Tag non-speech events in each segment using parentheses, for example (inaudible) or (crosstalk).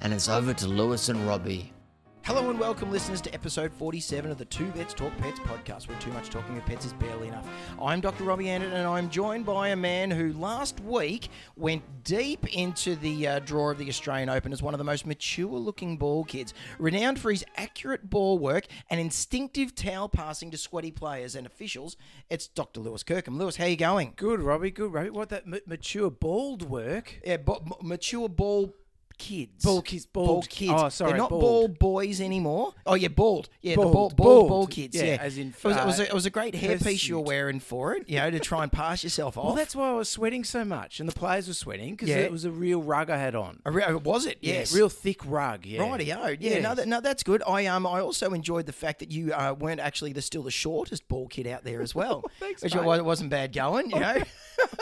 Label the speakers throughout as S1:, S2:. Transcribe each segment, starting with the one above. S1: and it's over to Lewis and Robbie.
S2: Hello and welcome, listeners, to episode 47 of the Two Vets Talk Pets podcast, where too much talking of pets is barely enough. I'm Dr. Robbie Anderton, and I'm joined by a man who last week went deep into the uh, draw of the Australian Open as one of the most mature looking ball kids, renowned for his accurate ball work and instinctive towel passing to sweaty players and officials. It's Dr. Lewis Kirkham. Lewis, how you going?
S3: Good, Robbie. Good, Robbie. What that ma- mature bald work?
S2: Yeah, bo- m- mature ball kids.
S3: Ball kids, bald
S2: kids.
S3: kids. Oh, sorry,
S2: They're not
S3: bald.
S2: bald boys anymore. Oh, yeah, bald. Yeah, the
S3: Bald,
S2: bald, bald,
S3: bald.
S2: ball kids. Yeah,
S3: Yeah, as in,
S2: It was, it, was a, it was a great
S3: uh,
S2: hairpiece you were
S3: hirsute.
S2: wearing for it, you know, to try and pass yourself off.
S3: Well, that's why I was sweating so much, and the players were sweating because
S2: Yeah.
S3: it was a real rug I had on.
S2: A re- oh, was it?
S3: Yeah,
S2: Yes.
S3: real thick rug. Yeah,
S2: Rightio. Yeah, no,
S3: Yes.
S2: that, no, that's good. I um, I also enjoyed the fact that you uh, weren't actually the still the shortest ball kid out there as well.
S3: (laughs) Thanks,
S2: which
S3: mate. Oh.
S2: wa- wasn't bad going, you know, (laughs)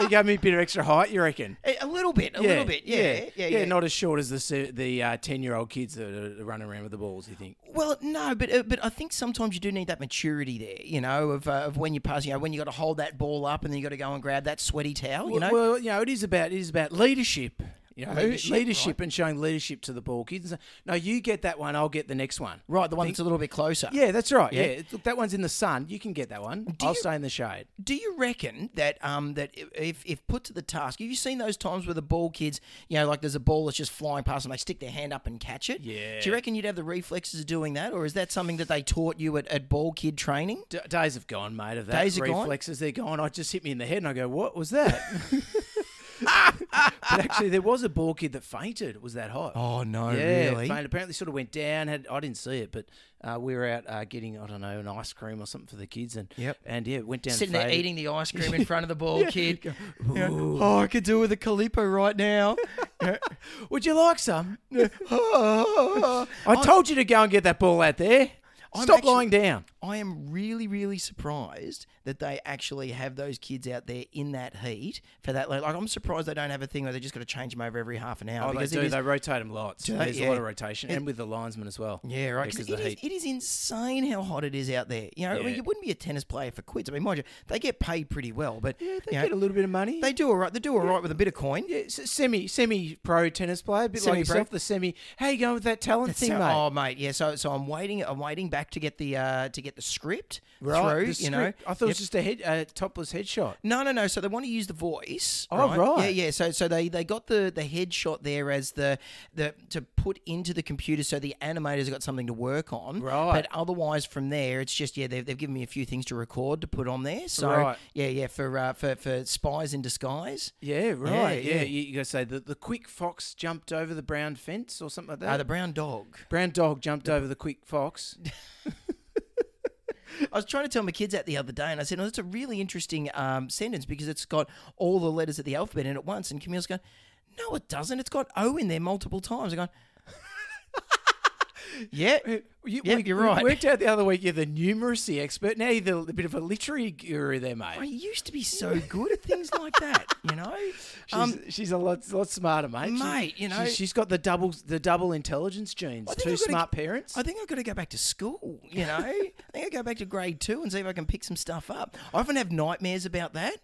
S3: you gave me a bit of extra height. You reckon?
S2: a a little bit, a little bit, yeah, yeah, yeah.
S3: Not as short as the se- the uh, ten year old kids that are running around with the balls. You think?
S2: Well, no, but uh, but I think sometimes you do need that maturity there, you know, of, uh, of when you're passing, you know, when you got to hold that ball up and then you got to go and grab that sweaty towel, you know.
S3: well, you know, it is about it is about leadership. You know,
S2: Leadership,
S3: leadership, and showing leadership to the ball kids. No, you get that one. I'll get the next one.
S2: right, the one that's a little bit closer.
S3: Yeah, that's right. Yeah, Look, that one's in the sun. You can get that one. I'll
S2: you-
S3: stay in the shade.
S2: Do you reckon that um that i- if if put to the task, have you seen those times where the ball kids, you know, like there's a ball that's just flying past them, they stick their hand up and catch it?
S3: Yeah.
S2: Do you reckon you'd have the reflexes of doing that, or is that something that they taught you at, at ball kid training?
S3: D- days have gone, mate. Of that
S2: Days are gone?
S3: reflexes, they're gone. I just hit me in the head, and I go, "What
S2: (laughs)
S3: was that?" but actually, there was a ball kid that fainted. It was that hot.
S2: Oh no,
S3: yeah,
S2: really?
S3: fainted. Apparently, sort of went down. Had I didn't see it, but uh, we were out uh, getting I don't know an ice cream or something for the kids, and
S2: Yep.
S3: and yeah, went down.
S2: Sitting
S3: and
S2: there
S3: faded.
S2: eating the ice
S3: (laughs)
S2: cream in front of the ball kid. You know, oh, I could do with a Calippo right now.
S3: Would you like some?
S2: I
S3: I told you to go and get that ball out there.
S2: I'm
S3: Stop
S2: actually-
S3: lying down.
S2: am really, really surprised that they actually have those kids out there in that heat for that. Like, I'm surprised they don't have a thing where they just got to change them over every half an hour.
S3: Oh, they
S2: because
S3: do.
S2: it is-
S3: they rotate them lots.
S2: Do they?
S3: There's
S2: Yeah.
S3: a lot of rotation, and with the linesman as well.
S2: Yeah, right. Because
S3: Because of the heat.
S2: it is insane how hot it is out there. You know, I mean,
S3: Yeah.
S2: you wouldn't be a tennis player for quids. I mean, mind you, they get paid pretty well, but
S3: yeah, they
S2: you know,
S3: get a little bit of money.
S2: they do all right. They do all right with a bit of coin.
S3: Yeah, s- semi semi pro tennis player, a bit like
S2: Semi-pro.
S3: yourself. The semi. How you going with that talent thing,
S2: So-
S3: mate?
S2: Oh, mate, yeah. So, so I'm waiting. I'm waiting back to get the uh, to get the script
S3: Right,
S2: through.
S3: the
S2: you know,
S3: script. I thought it was just a head, a topless headshot.
S2: No, no, no. So they want to use the voice.
S3: Oh, right.
S2: Yeah, yeah. So, so they, they got the the headshot there as the the to put into the computer, so the animators have got something to work on.
S3: Right.
S2: But otherwise, from there, it's just yeah, they've, they've given me a few things to record to put on there. So
S3: Right.
S2: yeah, yeah, for uh, for for spies in disguise.
S3: Yeah, right.
S2: yeah.
S3: Yeah, you, you gotta say the the quick fox jumped over the brown fence or something like that.
S2: Uh, the brown dog.
S3: brown dog jumped over the quick (laughs) fox.
S2: I was trying to tell my kids that the other day, and I said, "Oh, that's a really interesting um, sentence because it's got all the letters of the alphabet in it at once." And Camille's going, "No, it doesn't. It's got O in there multiple times." I
S3: (laughs)
S2: go, "Yeah,
S3: You,
S2: Yep, you're right.
S3: Worked out the other week. You're the numeracy expert. Now you're the, a bit of a literary guru there,
S2: I
S3: mate.
S2: used to be so good at things like that, you know."
S3: (laughs)
S2: Um,
S3: She's, she's a lot, lot smarter, um, mate. She-
S2: Mate, you know-
S3: she's, she's got the double the double intelligence genes.
S2: think
S3: Two
S2: I've gotta-
S3: smart parents.
S2: I think I've got to go back to school,
S3: (laughs)
S2: you know. I think I go back to grade two and see if I can pick some stuff up. I often have nightmares about that,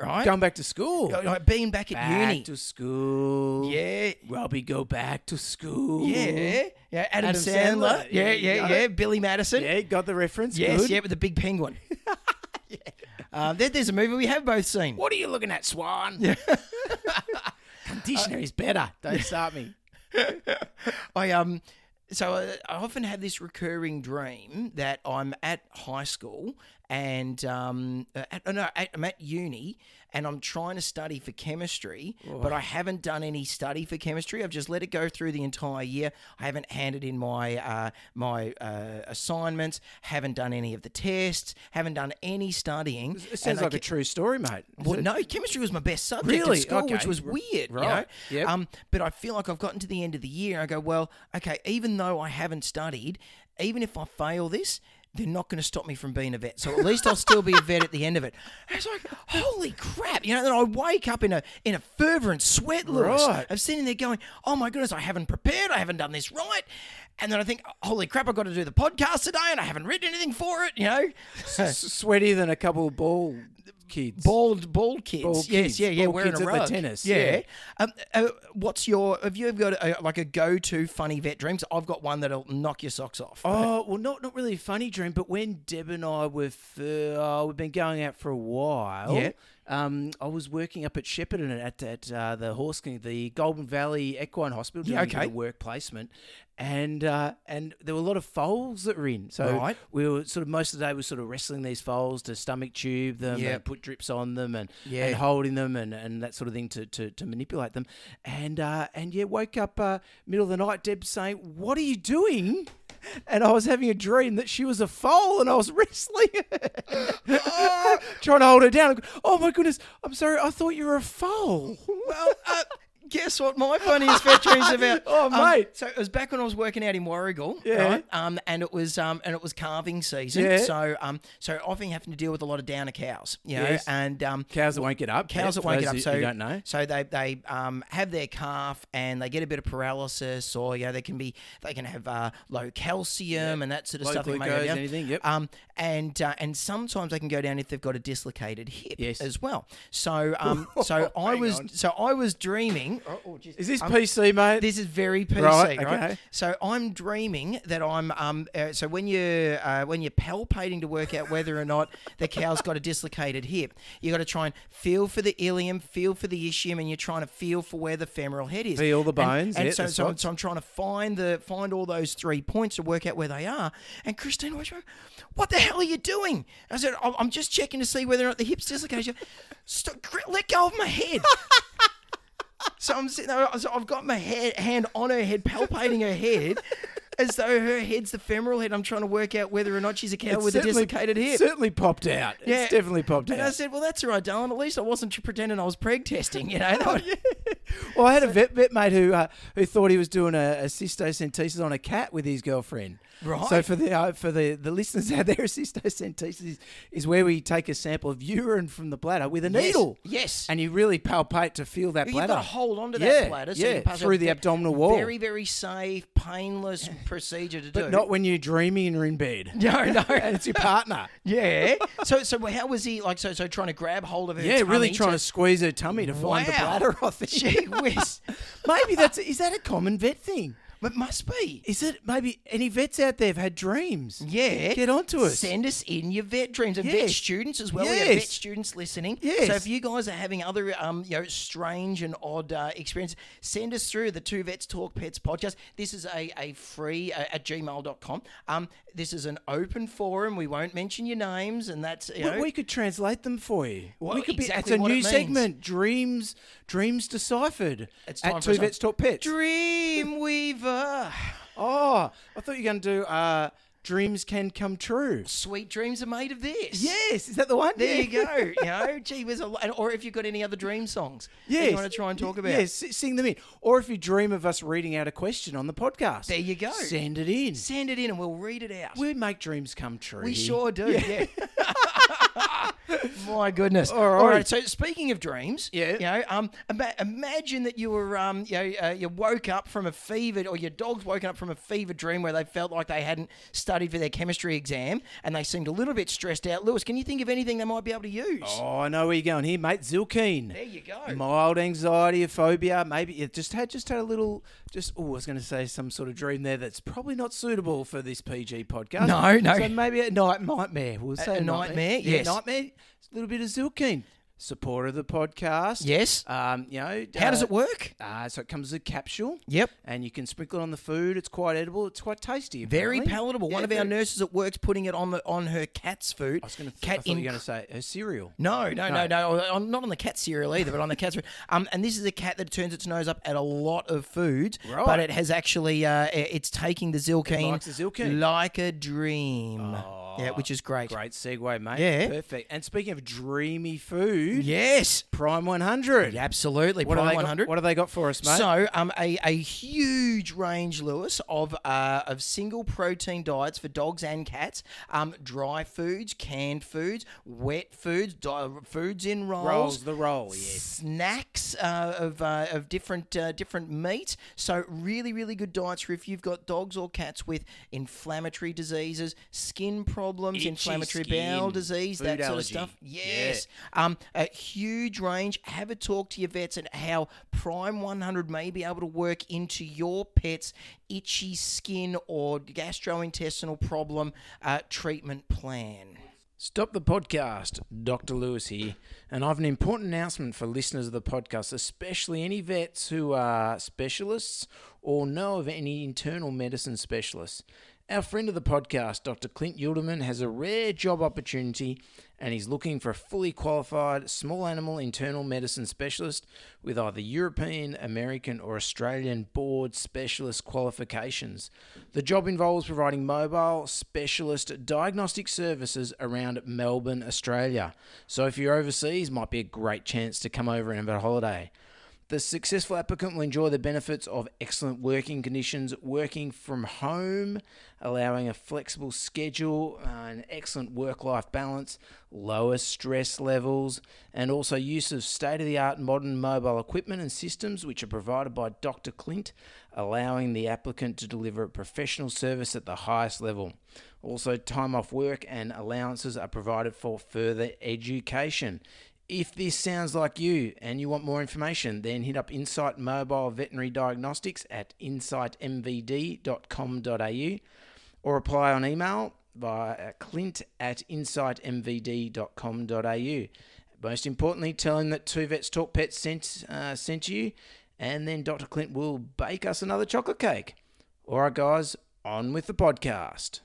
S2: right?
S3: Going back to school.
S2: Like being back at
S3: back
S2: uni.
S3: to school.
S2: yeah,
S3: Robbie, go back to school.
S2: yeah, yeah. Adam,
S3: Adam
S2: Sandler.
S3: Sandler.
S2: Yeah, yeah,
S3: Yeah, you
S2: yeah.
S3: got it.
S2: Billy Madison.
S3: Yeah, got the reference.
S2: Yes,
S3: Good.
S2: yeah, with the big
S3: (laughs)
S2: penguin. Yeah. Um, there- there's a movie we have both seen.
S3: What are you looking at, Swan? (laughs) Conditioner's better. Don't start me.
S2: (laughs) I um, so I, I often have this recurring dream that I'm at high school and um, uh, at, oh, no, at, I'm at uni and I'm trying to study for chemistry, but I haven't done any study for chemistry. I've just let it go through the entire year. I haven't handed in my uh, my uh, assignments, haven't done any of the tests, haven't done any studying.
S3: It sounds like a true story, mate.
S2: Well, no, chemistry was my best subject
S3: Really?
S2: at school, which
S3: Okay.
S2: was
S3: R-
S2: weird,
S3: right.
S2: you know.
S3: Yep.
S2: Um, but I feel like I've gotten to the end of the year. And I go, well, okay, even though I haven't studied, even if I fail this, they're not going to stop me from being a vet. So at least I'll still be a vet at the end of it. And it's like, holy crap! You know, then I wake up in a in a fervent sweat, Lewis.
S3: Right.
S2: I'm sitting there going, oh my goodness, I haven't prepared. I haven't done this right. And then I think, holy crap, I've got to do the podcast today, and I haven't written anything for it. You know.
S3: S- sweatier than a couple of ball kids.
S2: Bald, bald kids. yes,
S3: Bald kids.
S2: yeah, yeah.
S3: Bald
S2: wearing
S3: kids
S2: a
S3: at the
S2: rug.
S3: tennis,
S2: Yeah.
S3: yeah.
S2: Um, uh, what's your? Have you ever got a, like a go-to funny vet dreams? I've got one that'll knock your socks off.
S3: Oh well, not not really a funny dream, but when Deb and I were f- uh, we've been going out for a while.
S2: Yeah.
S3: Um, I was working up at Shepparton at at uh, the horse, clinic, the Golden Valley Equine Hospital, doing
S2: Yeah,
S3: a bit of
S2: okay.
S3: work placement, and uh, and there were a lot of foals that were in. So
S2: Right.
S3: we were sort of most of the day we were sort of wrestling these foals to stomach tube them
S2: Yeah.
S3: and put drips on them and,
S2: Yeah.
S3: and holding them and, and that sort of thing to, to, to manipulate them, and uh, and yeah, woke up uh, middle of the night, Deb saying, "What are you doing?" and I was having a dream that she was a foal and I was (laughs) wrestling her. (laughs) trying to hold her down. Oh my goodness, I'm sorry, I thought you were a foal.
S2: well, uh, guess what my funniest vet dreams (laughs) about?
S3: Oh,
S2: Um,
S3: mate.
S2: So it was back when I was working out in Warrigal,
S3: Yeah.
S2: right? Um, and it was um, and it was calving season.
S3: Yeah.
S2: So um, so often you have to deal with a lot of downer cows, you know,
S3: Yes.
S2: and um,
S3: Cows that won't get up.
S2: cows that won't get up. So
S3: you don't know.
S2: So they they um, have their calf and they get a bit of paralysis, or you know they can be they can have uh, low calcium and that sort of
S3: Low
S2: stuff. that may go
S3: glucose,
S2: down.
S3: anything, yep.
S2: Um, and uh, and sometimes they can go down if they've got a dislocated hip
S3: Yes.
S2: as well. So
S3: (laughs)
S2: um, so I
S3: Hang
S2: was
S3: on.
S2: so I was dreaming. Oh, oh, geez.
S3: Is this PC, mate?
S2: This is very PC, right?
S3: Right, okay.
S2: So I'm dreaming that I'm um. Uh, so when you uh, when you're palpating to work out whether or not the cow's got a dislocated hip, you got to try and feel for the ilium, feel for the ischium, and you're trying to feel for where the femoral head is.
S3: Feel the
S2: And-
S3: bones,
S2: And,
S3: yeah,
S2: so
S3: that's
S2: so,
S3: right.
S2: so I'm trying to find the find all those three points to work out where they are. And Christine was like, "What the hell are you doing?" I said, "I'm I'm just checking to see whether or not the hip's dislocated." She goes, Stop, gr- let go of my head. So I'm sitting there, so I've got my head, hand on her head, palpating her
S3: (laughs)
S2: head, as though her head's the femoral head. I'm trying to work out whether or not she's a cow
S3: It's
S2: with a
S3: certainly-
S2: dislocated hip.
S3: Certainly popped out. It's definitely popped
S2: And I
S3: out.
S2: said, "Well, that's all right, darling. At least I wasn't tr- pretending I was preg testing, you
S3: (laughs) Oh,
S2: know." That would-
S3: Well, I had a vet, vet mate who uh, who thought he was doing a, a cystocentesis on a cat with his girlfriend.
S2: Right.
S3: So for the uh, for the, the listeners out there, (laughs) a cystocentesis is, is where we take a sample of urine from the bladder with a
S2: Yes,
S3: needle.
S2: yes.
S3: And you really palpate to feel that
S2: You've
S3: bladder.
S2: got to hold onto that
S3: yeah,
S2: bladder, so you
S3: Yeah.
S2: can pass
S3: through
S2: out.
S3: the abdominal wall.
S2: Very, very safe,
S3: (laughs)
S2: painless procedure to do.
S3: but not when you're dreaming and are in bed.
S2: (laughs) no,
S3: (laughs)
S2: no.
S3: and it's your partner.
S2: yeah. So, so how was he like? So, so trying to grab hold of her?
S3: (laughs) Yeah, really
S2: tummy
S3: trying
S2: to
S3: to squeeze her tummy to find the
S2: Wow.
S3: bladder. I think.
S2: Gee whiz.
S3: (laughs) Maybe that's is that a common vet thing?
S2: It must be.
S3: Is it maybe any vets out there have had dreams?
S2: Yeah.
S3: Get onto us.
S2: Send us in your vet dreams and vet
S3: Yes.
S2: students as well. We have vet
S3: Yes.
S2: students listening.
S3: Yes.
S2: So if you guys are having other um, you know, strange and odd uh, experiences, send us through the Two Vets Talk Pets podcast. This is a, a free uh, at gmail.com. Um, this is an open forum. We won't mention your names and that's, you know.
S3: we, we could translate them for you.
S2: Well,
S3: we could
S2: exactly
S3: be. It's
S2: what
S3: a
S2: it
S3: new
S2: means.
S3: segment. Dreams, dreams deciphered.
S2: It's time
S3: at
S2: for
S3: two
S2: some-
S3: vets talk pets.
S2: Dreamweaver.
S3: oh, I thought you were going to do. Uh, dreams can come true.
S2: Sweet dreams are made of this.
S3: Yes, is that the one?
S2: There
S3: Yeah.
S2: you
S3: (laughs)
S2: go. You know, gee, there's a lot. Or if you've got any other dream songs that
S3: Yes.
S2: you want to try and talk about.
S3: Yes, s- sing them in. Or if you dream of us reading out a question on the podcast,
S2: There you go.
S3: Send it in.
S2: Send it in and we'll read it out.
S3: We make dreams come true.
S2: We sure do.
S3: (laughs)
S2: Yeah. My goodness. All
S3: right.
S2: So speaking of dreams,
S3: Yeah.
S2: You know, um, ima- imagine that you were, um, you know, uh, you woke up from a fevered, or your dog's woken up from a fevered dream where they felt like they hadn't studied for their chemistry exam and they seemed a little bit stressed out. Lewis, can you think of anything they might be able to use?
S3: Oh, I know where you're going here, mate. Zilkeen.
S2: There you go.
S3: Mild anxiety, a phobia. Maybe you just had just had a little. Just oh, I was going to say some sort of dream there that's probably not suitable for this PG podcast.
S2: No, no.
S3: So maybe a night nightmare. We'll say
S2: a nightmare, yes.
S3: Yeah, nightmare. A little bit of Zilkeen. supporter of the podcast.
S2: Yes.
S3: Um, you know,
S2: How does
S3: uh,
S2: it work?
S3: Uh, so it comes as a capsule.
S2: Yep.
S3: And you can sprinkle it on the food. It's quite edible. It's quite tasty.
S2: Very
S3: apparently.
S2: palatable. One
S3: Yeah,
S2: of our
S3: very-
S2: nurses at work's putting it on the on her cat's food.
S3: I was going to.
S2: cat
S3: I thought you were
S2: in-
S3: going to say a cereal.
S2: No, no, no, no. I'm not on the cat cereal either, but on the cat's. Um, and this is a cat that turns its nose up at a lot of foods,
S3: Right.
S2: but it has actually uh, i- it's taking the zilkeen,
S3: likes the Zilkeen.
S2: like a dream. yeah, which is great.
S3: Great segue, mate.
S2: Yeah.
S3: Perfect. And speaking of dreamy food,
S2: Yes,
S3: Prime 100.
S2: Yeah, absolutely.
S3: What, have
S2: Prime
S3: they got,
S2: 100.
S3: what have they got for us, mate?
S2: So, um, a, a huge range, Lewis, of uh, of single protein diets for dogs and cats. Um, dry foods, canned foods, wet foods, di- foods in rolls,
S3: Rolls, the roll, yes.
S2: snacks uh, of uh, of different uh, different meat. So, really, really good diets for if you've got dogs or cats with inflammatory diseases, skin problems,
S3: Itchy
S2: inflammatory bowel
S3: skin,
S2: disease,
S3: food
S2: that sort
S3: allergy.
S2: of stuff.
S3: Yeah.
S2: Yes. Um, a huge range. Have a talk to your vets and how Prime 100 may be able to work into your pet's itchy skin or gastrointestinal problem uh, treatment plan.
S3: Stop the podcast. Dr. Lewis here, and I've an important announcement for listeners of the podcast, especially any vets who are specialists or know of any internal medicine specialists. Our friend of the podcast, Dr. Clint Yilderman, has a rare job opportunity and he's looking for a fully qualified small animal internal medicine specialist with either European, American, or Australian board specialist qualifications. The job involves providing mobile specialist diagnostic services around Melbourne, Australia. So if you're overseas, might be a great chance to come over and have a holiday. The successful applicant will enjoy the benefits of excellent working conditions, working from home, allowing a flexible schedule, uh, an excellent work life balance, lower stress levels, and also use of state of the art modern mobile equipment and systems, which are provided by Dr. Clint, allowing the applicant to deliver a professional service at the highest level. Also, time off work and allowances are provided for further education. If this sounds like you and you want more information, then hit up Insight Mobile Veterinary Diagnostics at insightmvd.com.au or apply on email via clint at insightmvd.com.au. Most importantly, tell him that Two Vets Talk Pets sent, uh, sent you, and then Dr. Clint will bake us another chocolate cake. All right, guys, on with the podcast.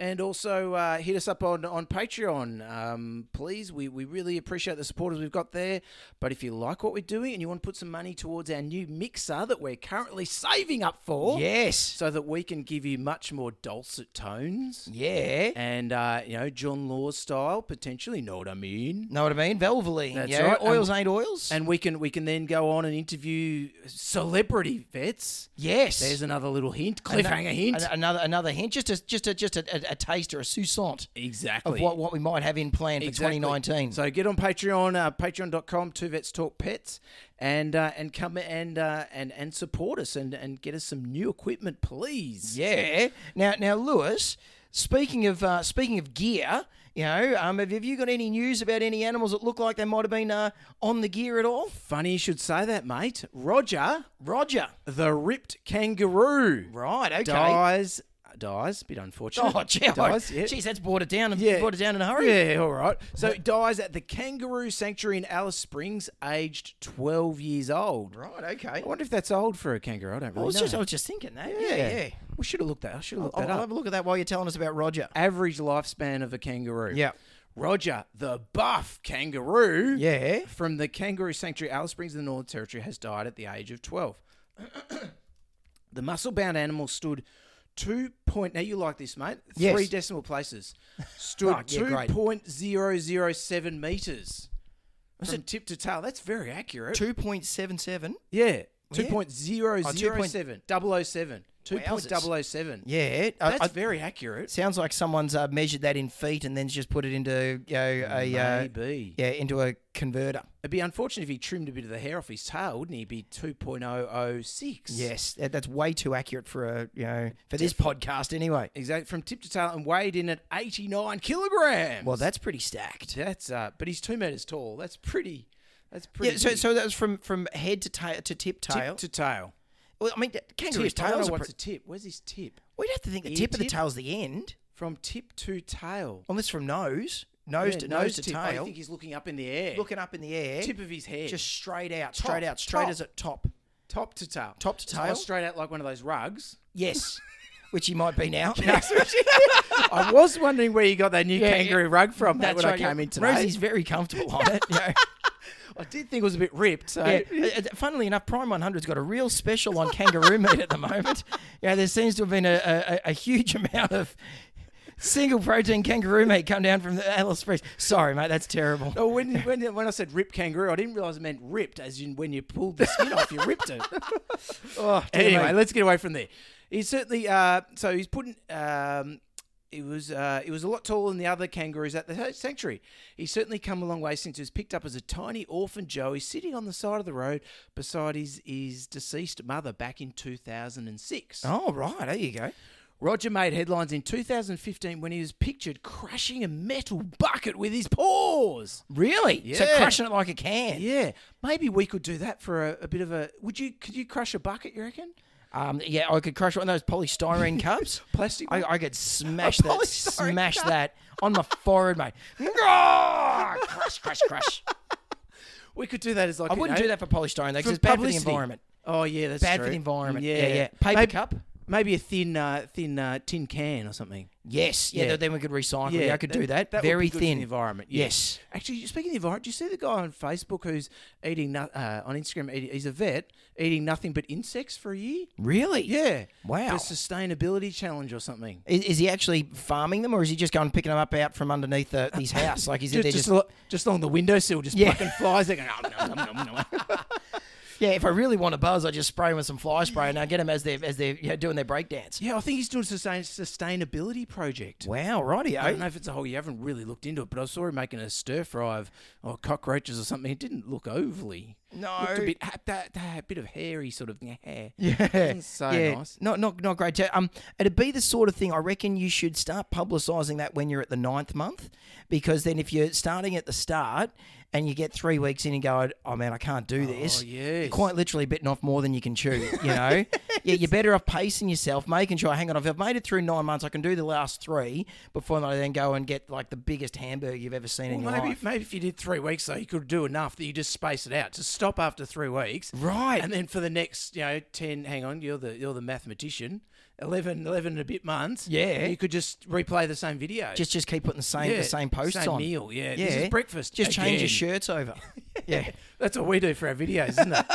S3: And also uh, hit us up on, on Patreon, um, please. We, we really appreciate the supporters we've got there. But if you like what we're doing and you want to put some money towards our new mixer that we're currently saving up for,
S2: Yes.
S3: so that we can give you much more dulcet tones
S2: Yeah.
S3: and, uh, you know, John Law style, potentially, know what I mean?
S2: Know what I mean? Velveline.
S3: That's
S2: yeah.
S3: right.
S2: Oils
S3: And-
S2: ain't oils.
S3: And we can we can then go on and interview celebrity vets.
S2: yes.
S3: There's another little hint, cliffhanger hint.
S2: An- Another another hint. Just a just a just a, a, a taste or a sousant
S3: exactly.
S2: of what, what we might have in plan for
S3: Exactly.
S2: 2019.
S3: So get on Patreon, uh, patreon.com, two vets talk pets, and uh, and come and uh, and and support us and and get us some new equipment, please.
S2: Yeah. Now, now, Lewis. Speaking of uh, speaking of gear, you know, um, have, have you got any news about any animals that look like they might have been uh, on the gear at all?
S3: Funny you should say that, mate. Roger,
S2: Roger.
S3: the ripped kangaroo,
S2: Right. Okay.
S3: dies. Dies, bit unfortunate.
S2: Oh, gee,
S3: dies. Yeah.
S2: Jeez, that's brought it down.
S3: Yeah.
S2: Brought it down in a hurry.
S3: Yeah, all right. So it dies at the Kangaroo Sanctuary in Alice Springs, aged 12 years old.
S2: Right. Okay.
S3: I wonder if that's old for a kangaroo. I don't really
S2: I was,
S3: know.
S2: just, I was just thinking that. Yeah. Yeah.
S3: We should have looked that. I should have looked
S2: I'll,
S3: that
S2: I'll
S3: up.
S2: have a look at that while you're telling us about Roger.
S3: average lifespan of a kangaroo.
S2: Yeah.
S3: Roger, the buff kangaroo
S2: Yeah.
S3: from the Kangaroo Sanctuary, Alice Springs in the Northern Territory, has died at the age of 12. (clears throat) the muscle bound animal stood two point. Now, you like this, mate?
S2: Yes.
S3: Three decimal places.
S2: (laughs)
S3: Stood
S2: Fuck, yeah, great.
S3: 2.007 meters. From tip to tail. That's very accurate.
S2: Two point seven seven.
S3: yeah.
S2: Yeah.
S3: 2.007.
S2: Oh, two point-
S3: 007. 2.007.
S2: Yeah. I-
S3: That's
S2: I-
S3: very accurate.
S2: Sounds like someone's uh, measured that in feet and then just put it into you know, a uh,
S3: Maybe.
S2: yeah into a converter.
S3: It'd be unfortunate if he trimmed a bit of the hair off his tail, wouldn't he? It'd be 2.006.
S2: Yes, that, that's way too accurate for a you know for this podcast anyway.
S3: Exactly. From tip to tail and weighed in at 89 kilograms.
S2: Well, that's pretty stacked.
S3: That's, uh, but he's two meters tall. That's pretty, that's pretty.
S2: Yeah, so,
S3: big.
S2: so that was from from head to tail to tip
S3: tip
S2: tail.
S3: to tail.
S2: well, I mean, that- kangaroo's
S3: Tip. I don't
S2: tails
S3: know
S2: are.
S3: what's
S2: Pre-
S3: a tip. Where's his tip?
S2: we'd have to think the
S3: ear
S2: tip of the
S3: tip?
S2: tail's the end,
S3: From tip to tail.
S2: unless from nose. nose
S3: Yeah,
S2: to nose, to
S3: tip.
S2: tail,
S3: I think he's looking up in the air.
S2: looking up in the air,
S3: Tip of his head.
S2: just straight out,
S3: Top,
S2: straight out, straight
S3: top.
S2: as a top.
S3: top to tail.
S2: Top to
S3: So I
S2: tail.
S3: straight out like one of those rugs.
S2: Yes, which he might be (laughs) now.
S3: I was wondering where you got that new
S2: Yeah,
S3: kangaroo
S2: yeah.
S3: rug from mate,
S2: That's
S3: when
S2: right.
S3: I came in today.
S2: Rosie's very comfortable on it. you know.
S3: I did think it was a bit ripped. So.
S2: Yeah. Uh, uh, Funnily enough, Prime 100's got a real special on kangaroo meat at the moment. (laughs) Yeah, there seems to have been a, a, a- a huge amount of single protein kangaroo meat come down from the Alice Springs. Sorry, mate, that's terrible.
S3: Oh, when, when, when I said ripped kangaroo, I didn't realize it meant ripped, as in when you pulled the skin off, you ripped it.
S2: Oh, dear
S3: anyway,
S2: me.
S3: let's get away from there. He's certainly uh, so he's putting. Um, it was uh, it was a lot taller than the other kangaroos at the sanctuary. He's certainly come a long way since he was picked up as a tiny orphan Joey sitting on the side of the road beside his his deceased mother back in 2006.
S2: Oh, right, there you go.
S3: Roger made headlines in 2015 when he was pictured crushing a metal bucket with his paws.
S2: Really? So
S3: Yeah.
S2: crushing it like a can.
S3: Yeah, maybe we could do that for a, a bit of a. Would you? Could you crush a bucket? You reckon?
S2: Um, yeah, I could crush one of those
S3: (laughs)
S2: polystyrene cups.
S3: Plastic
S2: I,
S3: one?
S2: I could smash that,
S3: polystyrene
S2: smash
S3: cup.
S2: that on
S3: (laughs)
S2: my forehead, mate. Ah, crush, crush,
S3: (laughs)
S2: crush.
S3: We could do that as like
S2: I
S3: you
S2: wouldn't
S3: know,
S2: do that for polystyrene though,
S3: for
S2: because it's bad for
S3: publicity.
S2: the environment.
S3: Oh yeah, that's
S2: Bad for
S3: true.
S2: the environment. Yeah, yeah. Paper
S3: Maybe-
S2: cup.
S3: Maybe a thin, uh, thin uh, tin can or something.
S2: Yes, yeah.
S3: Yeah.
S2: Then we could recycle. Yeah, I could do that.
S3: would
S2: Very
S3: be good for the
S2: thin.
S3: environment.
S2: Yes.
S3: Actually, speaking of the environment, do you see the guy on Facebook who's eating no- uh, on Instagram? Eating, he's a vet eating nothing but insects for a year.
S2: Really?
S3: Yeah.
S2: Wow.
S3: The sustainability challenge or something.
S2: Is, is he actually farming them, or is he just going picking them up out from underneath the,
S3: (laughs)
S2: his house? Like he's just,
S3: Just,
S2: there
S3: just,
S2: just,
S3: al- just along the windowsill, just
S2: Yeah.
S3: fucking flies. They're going, oh, no, no, (laughs) no, no.
S2: yeah. If I really want a buzz, I just spray him with some fly spray, and I get him as they're as they're you know, doing their breakdance.
S3: Yeah, I think he's doing a sustain- sustainability project.
S2: Wow, righty.
S3: I don't know if it's a whole. You haven't really looked into it, but I saw him making a stir fry of or cockroaches or something. It didn't look overly.
S2: No.
S3: looked a bit ha- that, that bit of hairy sort of hair.
S2: (laughs) Yeah,
S3: so
S2: yeah.
S3: nice.
S2: Not not not great. Te- Um, it'd be the sort of thing I reckon you should start publicising that when you're at the ninth month, because then if you're starting at the start and you get three weeks in and go, oh man, I can't do this.
S3: Oh, yes.
S2: you're quite literally bitten off more than you can chew. You
S3: (laughs)
S2: know, yeah, you're better off pacing yourself, making sure, hang on, I've made it through nine months. I can do the last three before I then go and get like the biggest hamburger you've ever seen in
S3: Well,
S2: your
S3: maybe
S2: life.
S3: maybe if you did three weeks, though, you could do enough that you just space it out to stop after three weeks,
S2: Right.
S3: And then for the next, you know, ten. Hang on, you're the you're the mathematician. 11, 11 and a bit months.
S2: Yeah.
S3: you could just replay the same video.
S2: Just just keep putting the same
S3: Yeah,
S2: the same posts
S3: same
S2: on.
S3: meal, yeah. This is breakfast
S2: Just change
S3: again.
S2: your shirts
S3: (laughs)
S2: over. yeah.
S3: That's what we do for our videos,
S2: (laughs)
S3: isn't it?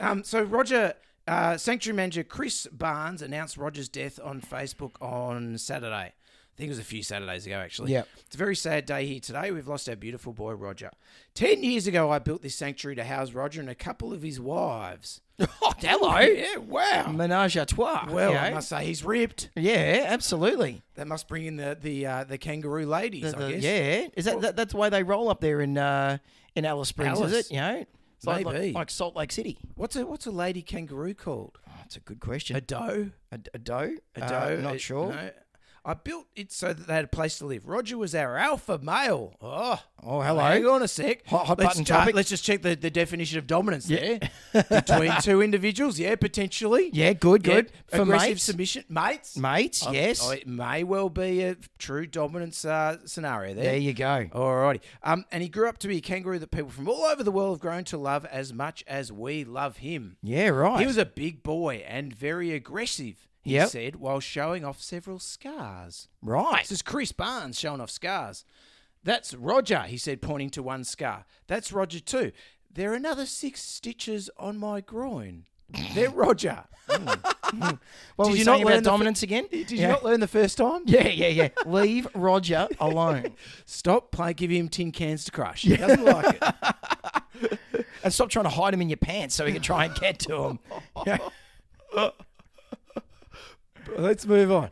S3: um, so Roger, uh, sanctuary manager Chris Barnes announced Roger's death on Facebook on Saturday. I think it was a few Saturdays ago, actually.
S2: Yep.
S3: It's a very sad day here today. We've lost our beautiful boy, Roger. Ten years ago, I built this sanctuary to house Roger and a couple of his wives.
S2: Oh, hello.
S3: Yeah, wow.
S2: Menage a trois.
S3: Well,
S2: you
S3: I
S2: know?
S3: must say, he's ripped.
S2: yeah, absolutely.
S3: That must bring in the the uh, the kangaroo ladies, I
S2: The-
S3: guess.
S2: yeah, is that, that that's the way they roll up there in uh, in Alice Springs?
S3: Alice.
S2: Is it? You know, it's like, like-
S3: Maybe.
S2: like Salt Lake City.
S3: What's a what's a lady kangaroo called?
S2: That's a good question.
S3: A doe.
S2: A, a doe?
S3: A doe.
S2: Uh, not
S3: a-
S2: sure.
S3: e, no. I built it so that they had a place to live. Roger was our alpha male. Oh,
S2: Oh, hello.
S3: Hang on a sec.
S2: Hot- hot
S3: let's
S2: button
S3: start-
S2: topic.
S3: Let's just check the, the definition of dominance there between two individuals. Yeah, potentially.
S2: (laughs) Yeah, good,
S3: Yeah.
S2: good. For
S3: Aggressive
S2: mates?
S3: submission, mates.
S2: Mates,
S3: Um,
S2: yes.
S3: oh, it may well be a true dominance uh, scenario there.
S2: there you go.
S3: Alrighty. Um, and he grew up to be a kangaroo that people from all over the world have grown to love as much as we love him.
S2: Yeah, right.
S3: He was a big boy and very aggressive, he
S2: Yep.
S3: said, while showing off several scars.
S2: right.
S3: This is Chris Barnes showing off scars. That's Roger, he said, pointing to one scar. That's Roger too. There are another six stitches on my groin. They're (laughs) Roger.
S2: Well,
S3: Did
S2: were
S3: you
S2: you not
S3: not learn
S2: about
S3: the fir-
S2: dominance again?
S3: Did you
S2: yeah.
S3: not learn the first time?
S2: (laughs) Yeah, yeah, yeah. Leave
S3: (laughs)
S2: Roger alone
S3: Stop playing, give him tin cans to crush. He doesn't like it.
S2: and stop trying to hide him in your pants so we can try and get to him.
S3: (laughs)
S2: (laughs)
S3: Let's
S2: (laughs)
S3: move on.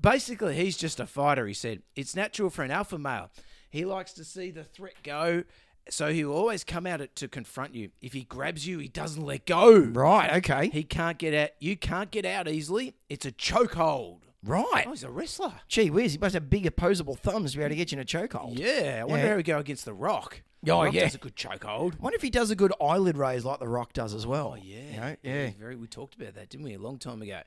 S3: Basically, he's just a fighter, he said. It's natural for an alpha male. He likes to see the threat go, so he'll always come out to confront you. If he grabs you, he doesn't let go.
S2: Right. Okay.
S3: He can't get out. You can't get out easily. It's a chokehold.
S2: right.
S3: Oh, he's a wrestler.
S2: Gee whiz, he must have big opposable thumbs to be able to get you in a chokehold.
S3: Yeah. I wonder
S2: Yeah.
S3: how we go against The Rock.
S2: Oh,
S3: the Rock
S2: yeah.
S3: does a good chokehold.
S2: Wonder if he does a good eyelid raise like The Rock does as well.
S3: Oh, Yeah,
S2: yeah.
S3: He's Very. We talked about that, didn't we, a long time ago?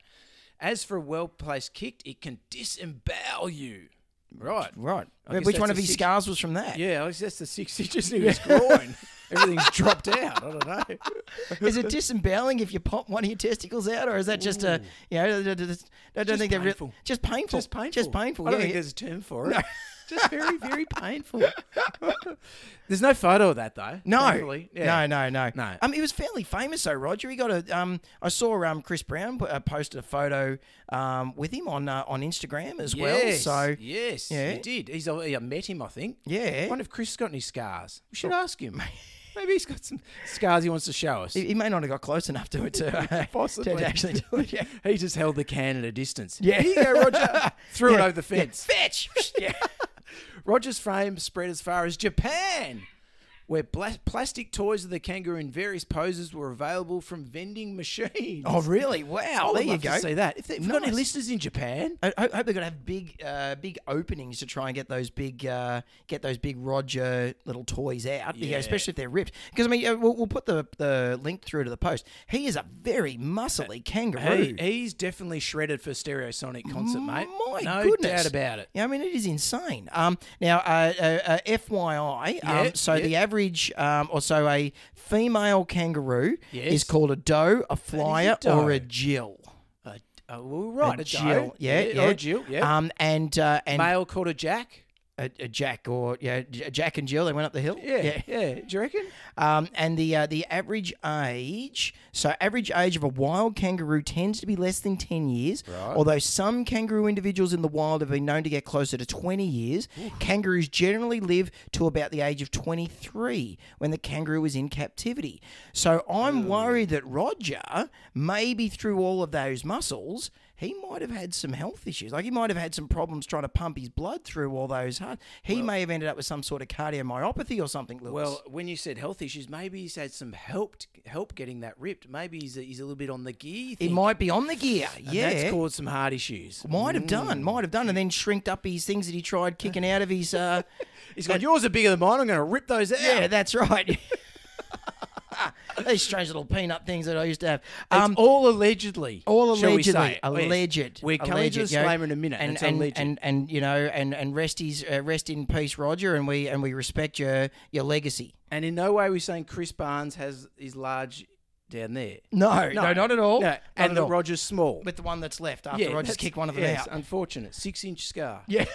S3: As for a well placed kick, it can disembowel you. Right.
S2: Right.
S3: I guess
S2: Which one
S3: that's
S2: of
S3: a
S2: his
S3: six-
S2: scars was from that?
S3: Yeah, I guess that's the six
S2: (laughs)
S3: inches in his groin. Everything's dropped out. I don't know.
S2: Is it disemboweling if you pop one of your testicles out, or is that just a you know? I don't think they're
S3: painful.
S2: real just painful,
S3: Just painful.
S2: just painful.
S3: I don't
S2: yeah.
S3: think there's a term for it. (laughs) Just very, very
S2: (laughs)
S3: painful. there's no photo of that though.
S2: No,
S3: thankfully. Yeah.
S2: no, no, no,
S3: No.
S2: Um, he was fairly famous though, Roger. He got a. Um, I saw um Chris Brown uh, posted a photo um with him on uh, on Instagram as well.
S3: Yes,
S2: So
S3: yes,
S2: yeah.
S3: he did. He's al- I met him, I think. I
S2: yeah, Oh.
S3: wonder if Chris has got any scars. We should
S2: (laughs)
S3: ask him. Maybe he's got some scars he wants to show us.
S2: he, he may not have got close enough to it (laughs) to, uh,
S3: Possibly.
S2: to actually do (laughs) it. Yeah.
S3: (laughs) He just held the can at a distance.
S2: Yeah.
S3: Here you go, Roger. Threw
S2: (laughs)
S3: it
S2: Yeah,
S3: over the
S2: yeah.
S3: fence.
S2: Fetch. yeah.
S3: Roger's fame spread as far as Japan, where bla- plastic toys of the kangaroo in various poses were available from vending machines.
S2: Oh really? Wow.
S3: I would
S2: there you
S3: love
S2: go.
S3: To see that. If, they, if we've got any
S2: Nice.
S3: listeners in Japan,
S2: I, I hope they're going to have big, uh, big openings to try and get those big, uh, get those big Roger little toys out. You know,
S3: Yeah.
S2: especially if they're ripped. Because I mean, uh, we'll, we'll put the, the link through to the post. He is a very muscly kangaroo.
S3: he, he's definitely shredded for Stereosonic concert, mate.
S2: My
S3: no
S2: goodness.
S3: doubt about it.
S2: Yeah, I mean it is insane. Um, now, uh, uh, uh, FYI, um,
S3: Yeah,
S2: so
S3: yeah.
S2: the average, um, or so a female kangaroo is
S3: Yes.
S2: called a doe, a flyer,
S3: doe.
S2: or a jill.
S3: Uh, oh, well, right, a, Joe.
S2: jill, yeah, yeah,
S3: or a Jill, yeah.
S2: Um, and uh, and
S3: Male called a Jack.
S2: a, a Jack or yeah, J- Jack and Jill. They went up the hill.
S3: Yeah, yeah. Do you reckon?
S2: Um, and the uh, the average age, so average age of a wild kangaroo tends to be less than ten years. Although some kangaroo individuals in the wild have been known to get closer to twenty years. Kangaroos generally live to about the age of twenty three when the kangaroo is in captivity. So I'm worried that Roger, maybe through all of those muscles, he might have had some health issues. Like he might have had some problems trying to pump his blood through all those heart. He may have ended up with some sort of cardiomyopathy or something, Lewis.
S3: Well, when you said health issues, maybe he's had some help help getting that ripped. Maybe he's a, he's a little bit on the gear.
S2: He
S3: thing,
S2: might be on the gear.
S3: and
S2: yeah.
S3: that's Mm. caused some heart issues.
S2: might have done, might have done, and then shrinked up his things that he tried kicking out of his.
S3: (laughs)
S2: Uh,
S3: He's gone. Yours are bigger than mine. I'm going to rip those out.
S2: yeah, that's right. (laughs) These strange little peanut things that I used to have.
S3: It's
S2: Um,
S3: all allegedly.
S2: all
S3: shall we
S2: allegedly,
S3: say.
S2: alleged.
S3: Yes. We're coming
S2: alleged,
S3: to the
S2: you know,
S3: disclaimer in a minute.
S2: and
S3: it's
S2: and,
S3: alleged.
S2: and and you know, and and rest his uh, rest in peace, Roger, and we and we respect your your legacy.
S3: And in no way we're saying Chris Barnes has is large down there.
S2: No, no, not at all.
S3: No,
S2: Not
S3: and
S2: at
S3: the
S2: all.
S3: Roger's small.
S2: With the one that's left after Roger's
S3: that's-
S2: kicked one of them
S3: yes,
S2: out.
S3: Unfortunate. Six inch scar.
S2: Yeah.
S3: (laughs)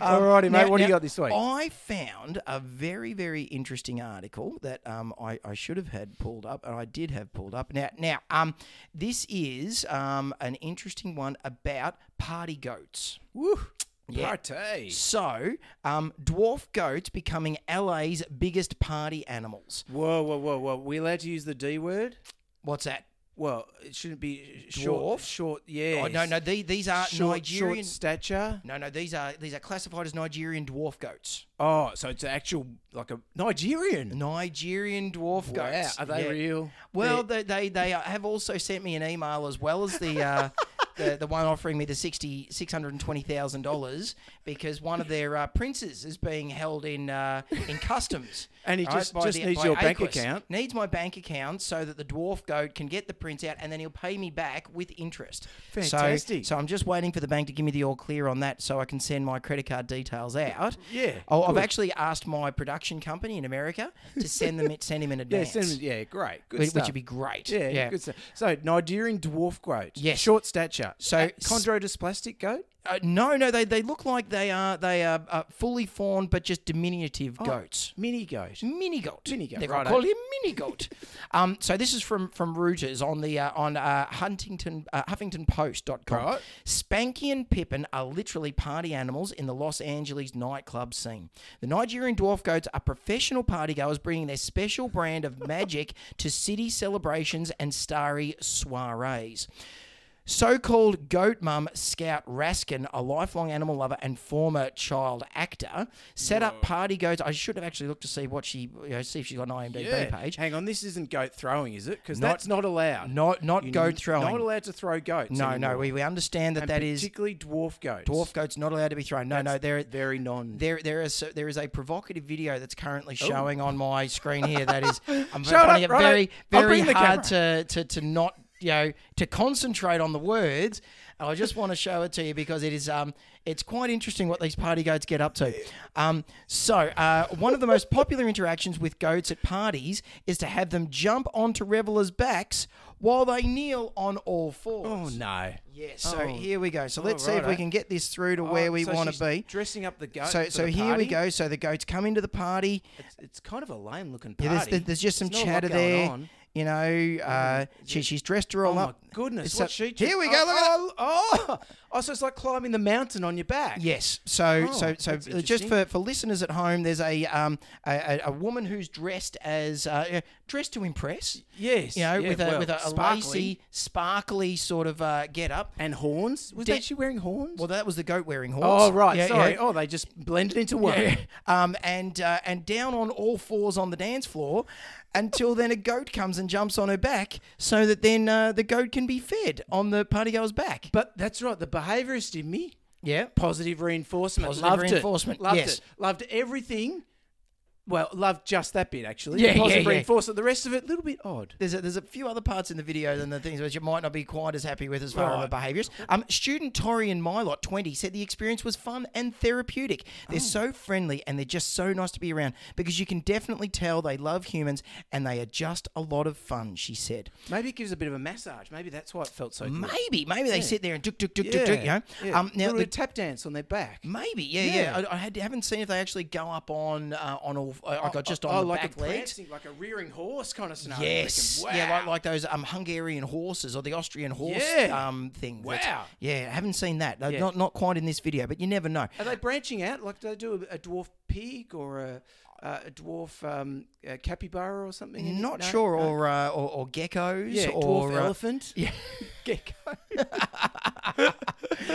S3: All righty, mate.
S2: Now-
S3: what do you
S2: now,
S3: got this week?
S2: I found a very, very interesting article that um, I, I should have had pulled up, and I did have pulled up. Now, now, um, this is um, an interesting one about party goats.
S3: Woo.
S2: Yeah.
S3: Party.
S2: So, um, dwarf goats becoming LA's biggest party animals.
S3: Whoa, whoa, whoa, whoa. we allowed to use the D word?
S2: What's that?
S3: Well, it shouldn't be sh- short.
S2: Dwarf?
S3: Short, yeah.
S2: Oh, no, no, the- these are
S3: Short,
S2: Nigerian.
S3: short stature.
S2: no, no, these are these are classified as Nigerian dwarf goats.
S3: Oh, so it's an actual like a Nigerian.
S2: Nigerian dwarf goats.
S3: Wow, are they
S2: Yeah.
S3: real?
S2: Well, they, they they have also sent me an email as well as the uh, (laughs) the, the one offering me the sixty six hundred and twenty thousand dollars because one of their uh, princes is being held in uh, in customs,
S3: And he just-
S2: by
S3: just needs
S2: by
S3: your bank
S2: AQUIS.
S3: account.
S2: Needs my bank account so that the dwarf goat can get the prints out and then he'll pay me back with interest. So-
S3: Fantastic.
S2: So, I'm just waiting for the bank to give me the all clear on that so I can send my credit card details out.
S3: Yeah,
S2: Oh, I've actually asked my production company in America to send them (laughs) it- send him in
S3: yeah,
S2: advance.
S3: send them- yeah, great. Good
S2: Which,
S3: stuff.
S2: which would be great.
S3: yeah, good stuff. So Nigerian dwarf goat.
S2: Yes.
S3: Short stature.
S2: So-
S3: Uh, chondrodysplastic goat?
S2: Uh, no, no, they, they look like they are they are uh, fully formed but just diminutive goats.
S3: Mini goat.
S2: Mini goat.
S3: Oh. Mini goat,
S2: They're gonna
S3: righto.
S2: call him mini
S3: (laughs)
S2: goat. um, so this is from from Reuters on the uh, on uh, Huntington uh, HuffingtonPost.com.
S3: Right.
S2: Spanky and Pippin are literally party animals in the Los Angeles nightclub scene. The Nigerian dwarf goats are professional partygoers bringing their special brand of magic to city celebrations and starry soirees. So called goat mum Scout Raskin, a lifelong animal lover and former child actor, set up party goats. I should have actually looked to see what she, you know, see if she's got an IMDb page.
S3: Hang on, this isn't goat throwing, is it? Because that's not allowed.
S2: Not, not
S3: You're
S2: goat
S3: n-
S2: throwing.
S3: Not allowed to throw goats.
S2: no,
S3: anymore.
S2: no, we, we understand that
S3: And
S2: that is
S3: particularly dwarf goats.
S2: dwarf goats not allowed to be thrown. No, no, there,
S3: very non.
S2: there, there is there is a provocative video that's currently
S3: (laughs)
S2: showing on my screen here. That is, I'm
S3: Oh. Shut
S2: finding it
S3: up,
S2: very,
S3: Righto. I'll
S2: very
S3: bring the
S2: hard to, to to not you know to concentrate on the words. And I just want to show it to you because it is um it's quite interesting what these party goats get up to. Um, so uh, one of the most popular interactions with goats at parties is to have them jump onto revelers' backs while they kneel on all fours.
S3: Oh no.
S2: Yes. So here we go. So let's see if we
S3: righto.
S2: can get this through to where we
S3: Oh, So
S2: want
S3: she's
S2: to be.
S3: Dressing up the goat.
S2: So,
S3: for
S2: so
S3: the
S2: here
S3: party.
S2: we go. So the goats come into the party.
S3: It's, it's kind of a lame looking
S2: Yeah,
S3: party.
S2: there's, there's just some
S3: There's not a lot
S2: chatter
S3: going
S2: there.
S3: on.
S2: You know, uh, she, she's dressed her all
S3: Oh my
S2: up.
S3: goodness!
S2: So-
S3: what she
S2: here we go.
S3: Oh,
S2: look at that.
S3: oh, oh, oh, so it's like climbing the mountain on your back.
S2: Yes. So,
S3: Oh,
S2: so, so
S3: that's
S2: uh, just
S3: interesting.
S2: for, for listeners at home, there's a um a, a, a woman who's dressed as uh, uh, dressed to impress.
S3: Yes.
S2: You know,
S3: yeah,
S2: with a
S3: well,
S2: with a, a
S3: sparkly.
S2: lacy, sparkly sort of uh, get up.
S3: and horns. Was
S2: De-
S3: that she wearing horns?
S2: Well, that was the goat wearing horns.
S3: oh right.
S2: Yeah,
S3: sorry.
S2: yeah.
S3: Oh, they just blended into one.
S2: Yeah. (laughs) Um, and uh, and down on all fours on the dance floor until then a goat comes and jumps on her back so that then uh, the goat can be fed on the party girl's back.
S3: But that's right. The behaviourist in me.
S2: yeah.
S3: Positive reinforcement.
S2: Positive
S3: loved it.
S2: reinforcement,
S3: Loved
S2: yes.
S3: it. Loved everything. Well, loved just that bit actually.
S2: Yeah, yeah,
S3: Positive
S2: yeah.
S3: reinforcement. The rest of it, a little bit odd.
S2: There's a, there's a few other parts in the video than the things which you might not be quite as happy with as far as the behaviours. Um, student Torian Mylot, 20, said the experience was fun and therapeutic. They're so friendly and they're just so nice to be around because you can definitely tell they love humans and they are just a lot of fun, she said.
S3: Maybe it gives a bit of a massage. Maybe that's why it felt so. good.
S2: Maybe, maybe they sit there and tuk, tuk, tuk, tuk, tuk, you know. Um, now,
S3: Little
S2: the,
S3: tap dance on their back.
S2: Maybe, yeah, yeah.
S3: Yeah.
S2: I, I had, haven't seen if they actually go up on uh, on all. I, I got just on the
S3: Oh, like
S2: back
S3: a
S2: legs.
S3: prancing, like a rearing horse kind of scenario.
S2: Yes,
S3: Thinking,
S2: yeah, like,
S3: wow.
S2: like those um, Hungarian horses or the Austrian horse
S3: Yeah.
S2: um thing. That's-
S3: Wow.
S2: yeah, I haven't seen that. Uh,
S3: Yeah. Uh,
S2: Not not quite in this video, but you never know.
S3: Are they branching out? Like, do they do a, a dwarf pig or a, uh, a dwarf um, uh capybara or something? in it?
S2: Not
S3: No?
S2: sure,
S3: No?
S2: or, uh, or or geckos,
S3: yeah,
S2: or
S3: dwarf
S2: uh,
S3: elephant.
S2: (laughs)
S3: (laughs)
S2: yeah.
S3: Gecko.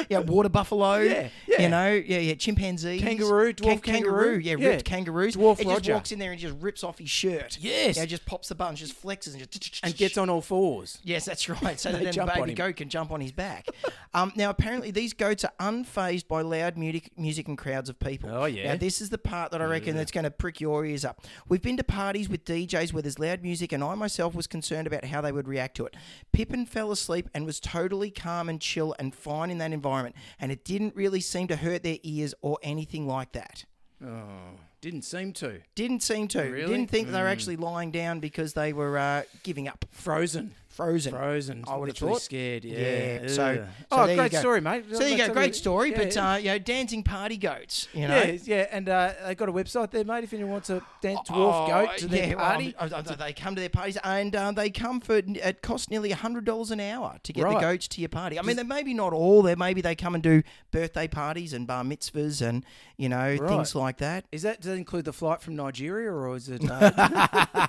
S2: yeah, water buffalo.
S3: Yeah, yeah.
S2: You know, yeah, yeah, chimpanzees,
S3: Kangaroo, dwarf kangaroo,
S2: yeah,
S3: yeah.
S2: ripped kangaroos.
S3: Dwarf
S2: it just
S3: Roger.
S2: walks in there and just rips off his shirt.
S3: Yes.
S2: yeah, just pops the button, just flexes and just
S3: and gets on all fours.
S2: Yes, that's right. So that
S3: (laughs)
S2: then
S3: They
S2: the
S3: jump on
S2: baby
S3: him.
S2: goat can jump on his back. um, now, apparently, these goats are unfazed by loud music, music and crowds of people.
S3: Oh, yeah.
S2: Now, this is the part that I reckon that's going to prick your ears up. We've been to parties with DJs where there's loud music, and I myself was concerned about how they would react to it. Pippin fell asleep and was totally calm and chill and fine in that environment, and it didn't really seem to hurt their ears or anything like that.
S3: Oh, didn't seem to.
S2: Didn't seem to.
S3: Really? Hmm.
S2: Didn't think they were actually lying down because they were uh, giving up.
S3: Frozen.
S2: Frozen.
S3: Frozen.
S2: I would've
S3: Literally
S2: thought.
S3: Scared. Yeah.
S2: Yeah.
S3: Ugh.
S2: So, so
S3: oh,
S2: there you
S3: great
S2: go.
S3: story, mate.
S2: So there you
S3: That's
S2: go,
S3: a
S2: great
S3: really-
S2: story.
S3: yeah,
S2: But
S3: yeah.
S2: uh, you know, dancing party goats. You know,
S3: Yeah, yeah, and uh, they got a website there, mate. If anyone wants a dance dwarf
S2: Oh,
S3: goat to their
S2: yeah, well,
S3: party,
S2: I mean, I- I- they come to their parties and uh, they come for it costs nearly hundred dollars an hour to get the
S3: Right.
S2: goats to your party. I mean, they maybe not all there. Maybe they come and do birthday parties and bar mitzvahs and you know things like that.
S3: is that does that include the flight from Nigeria or is it? Uh,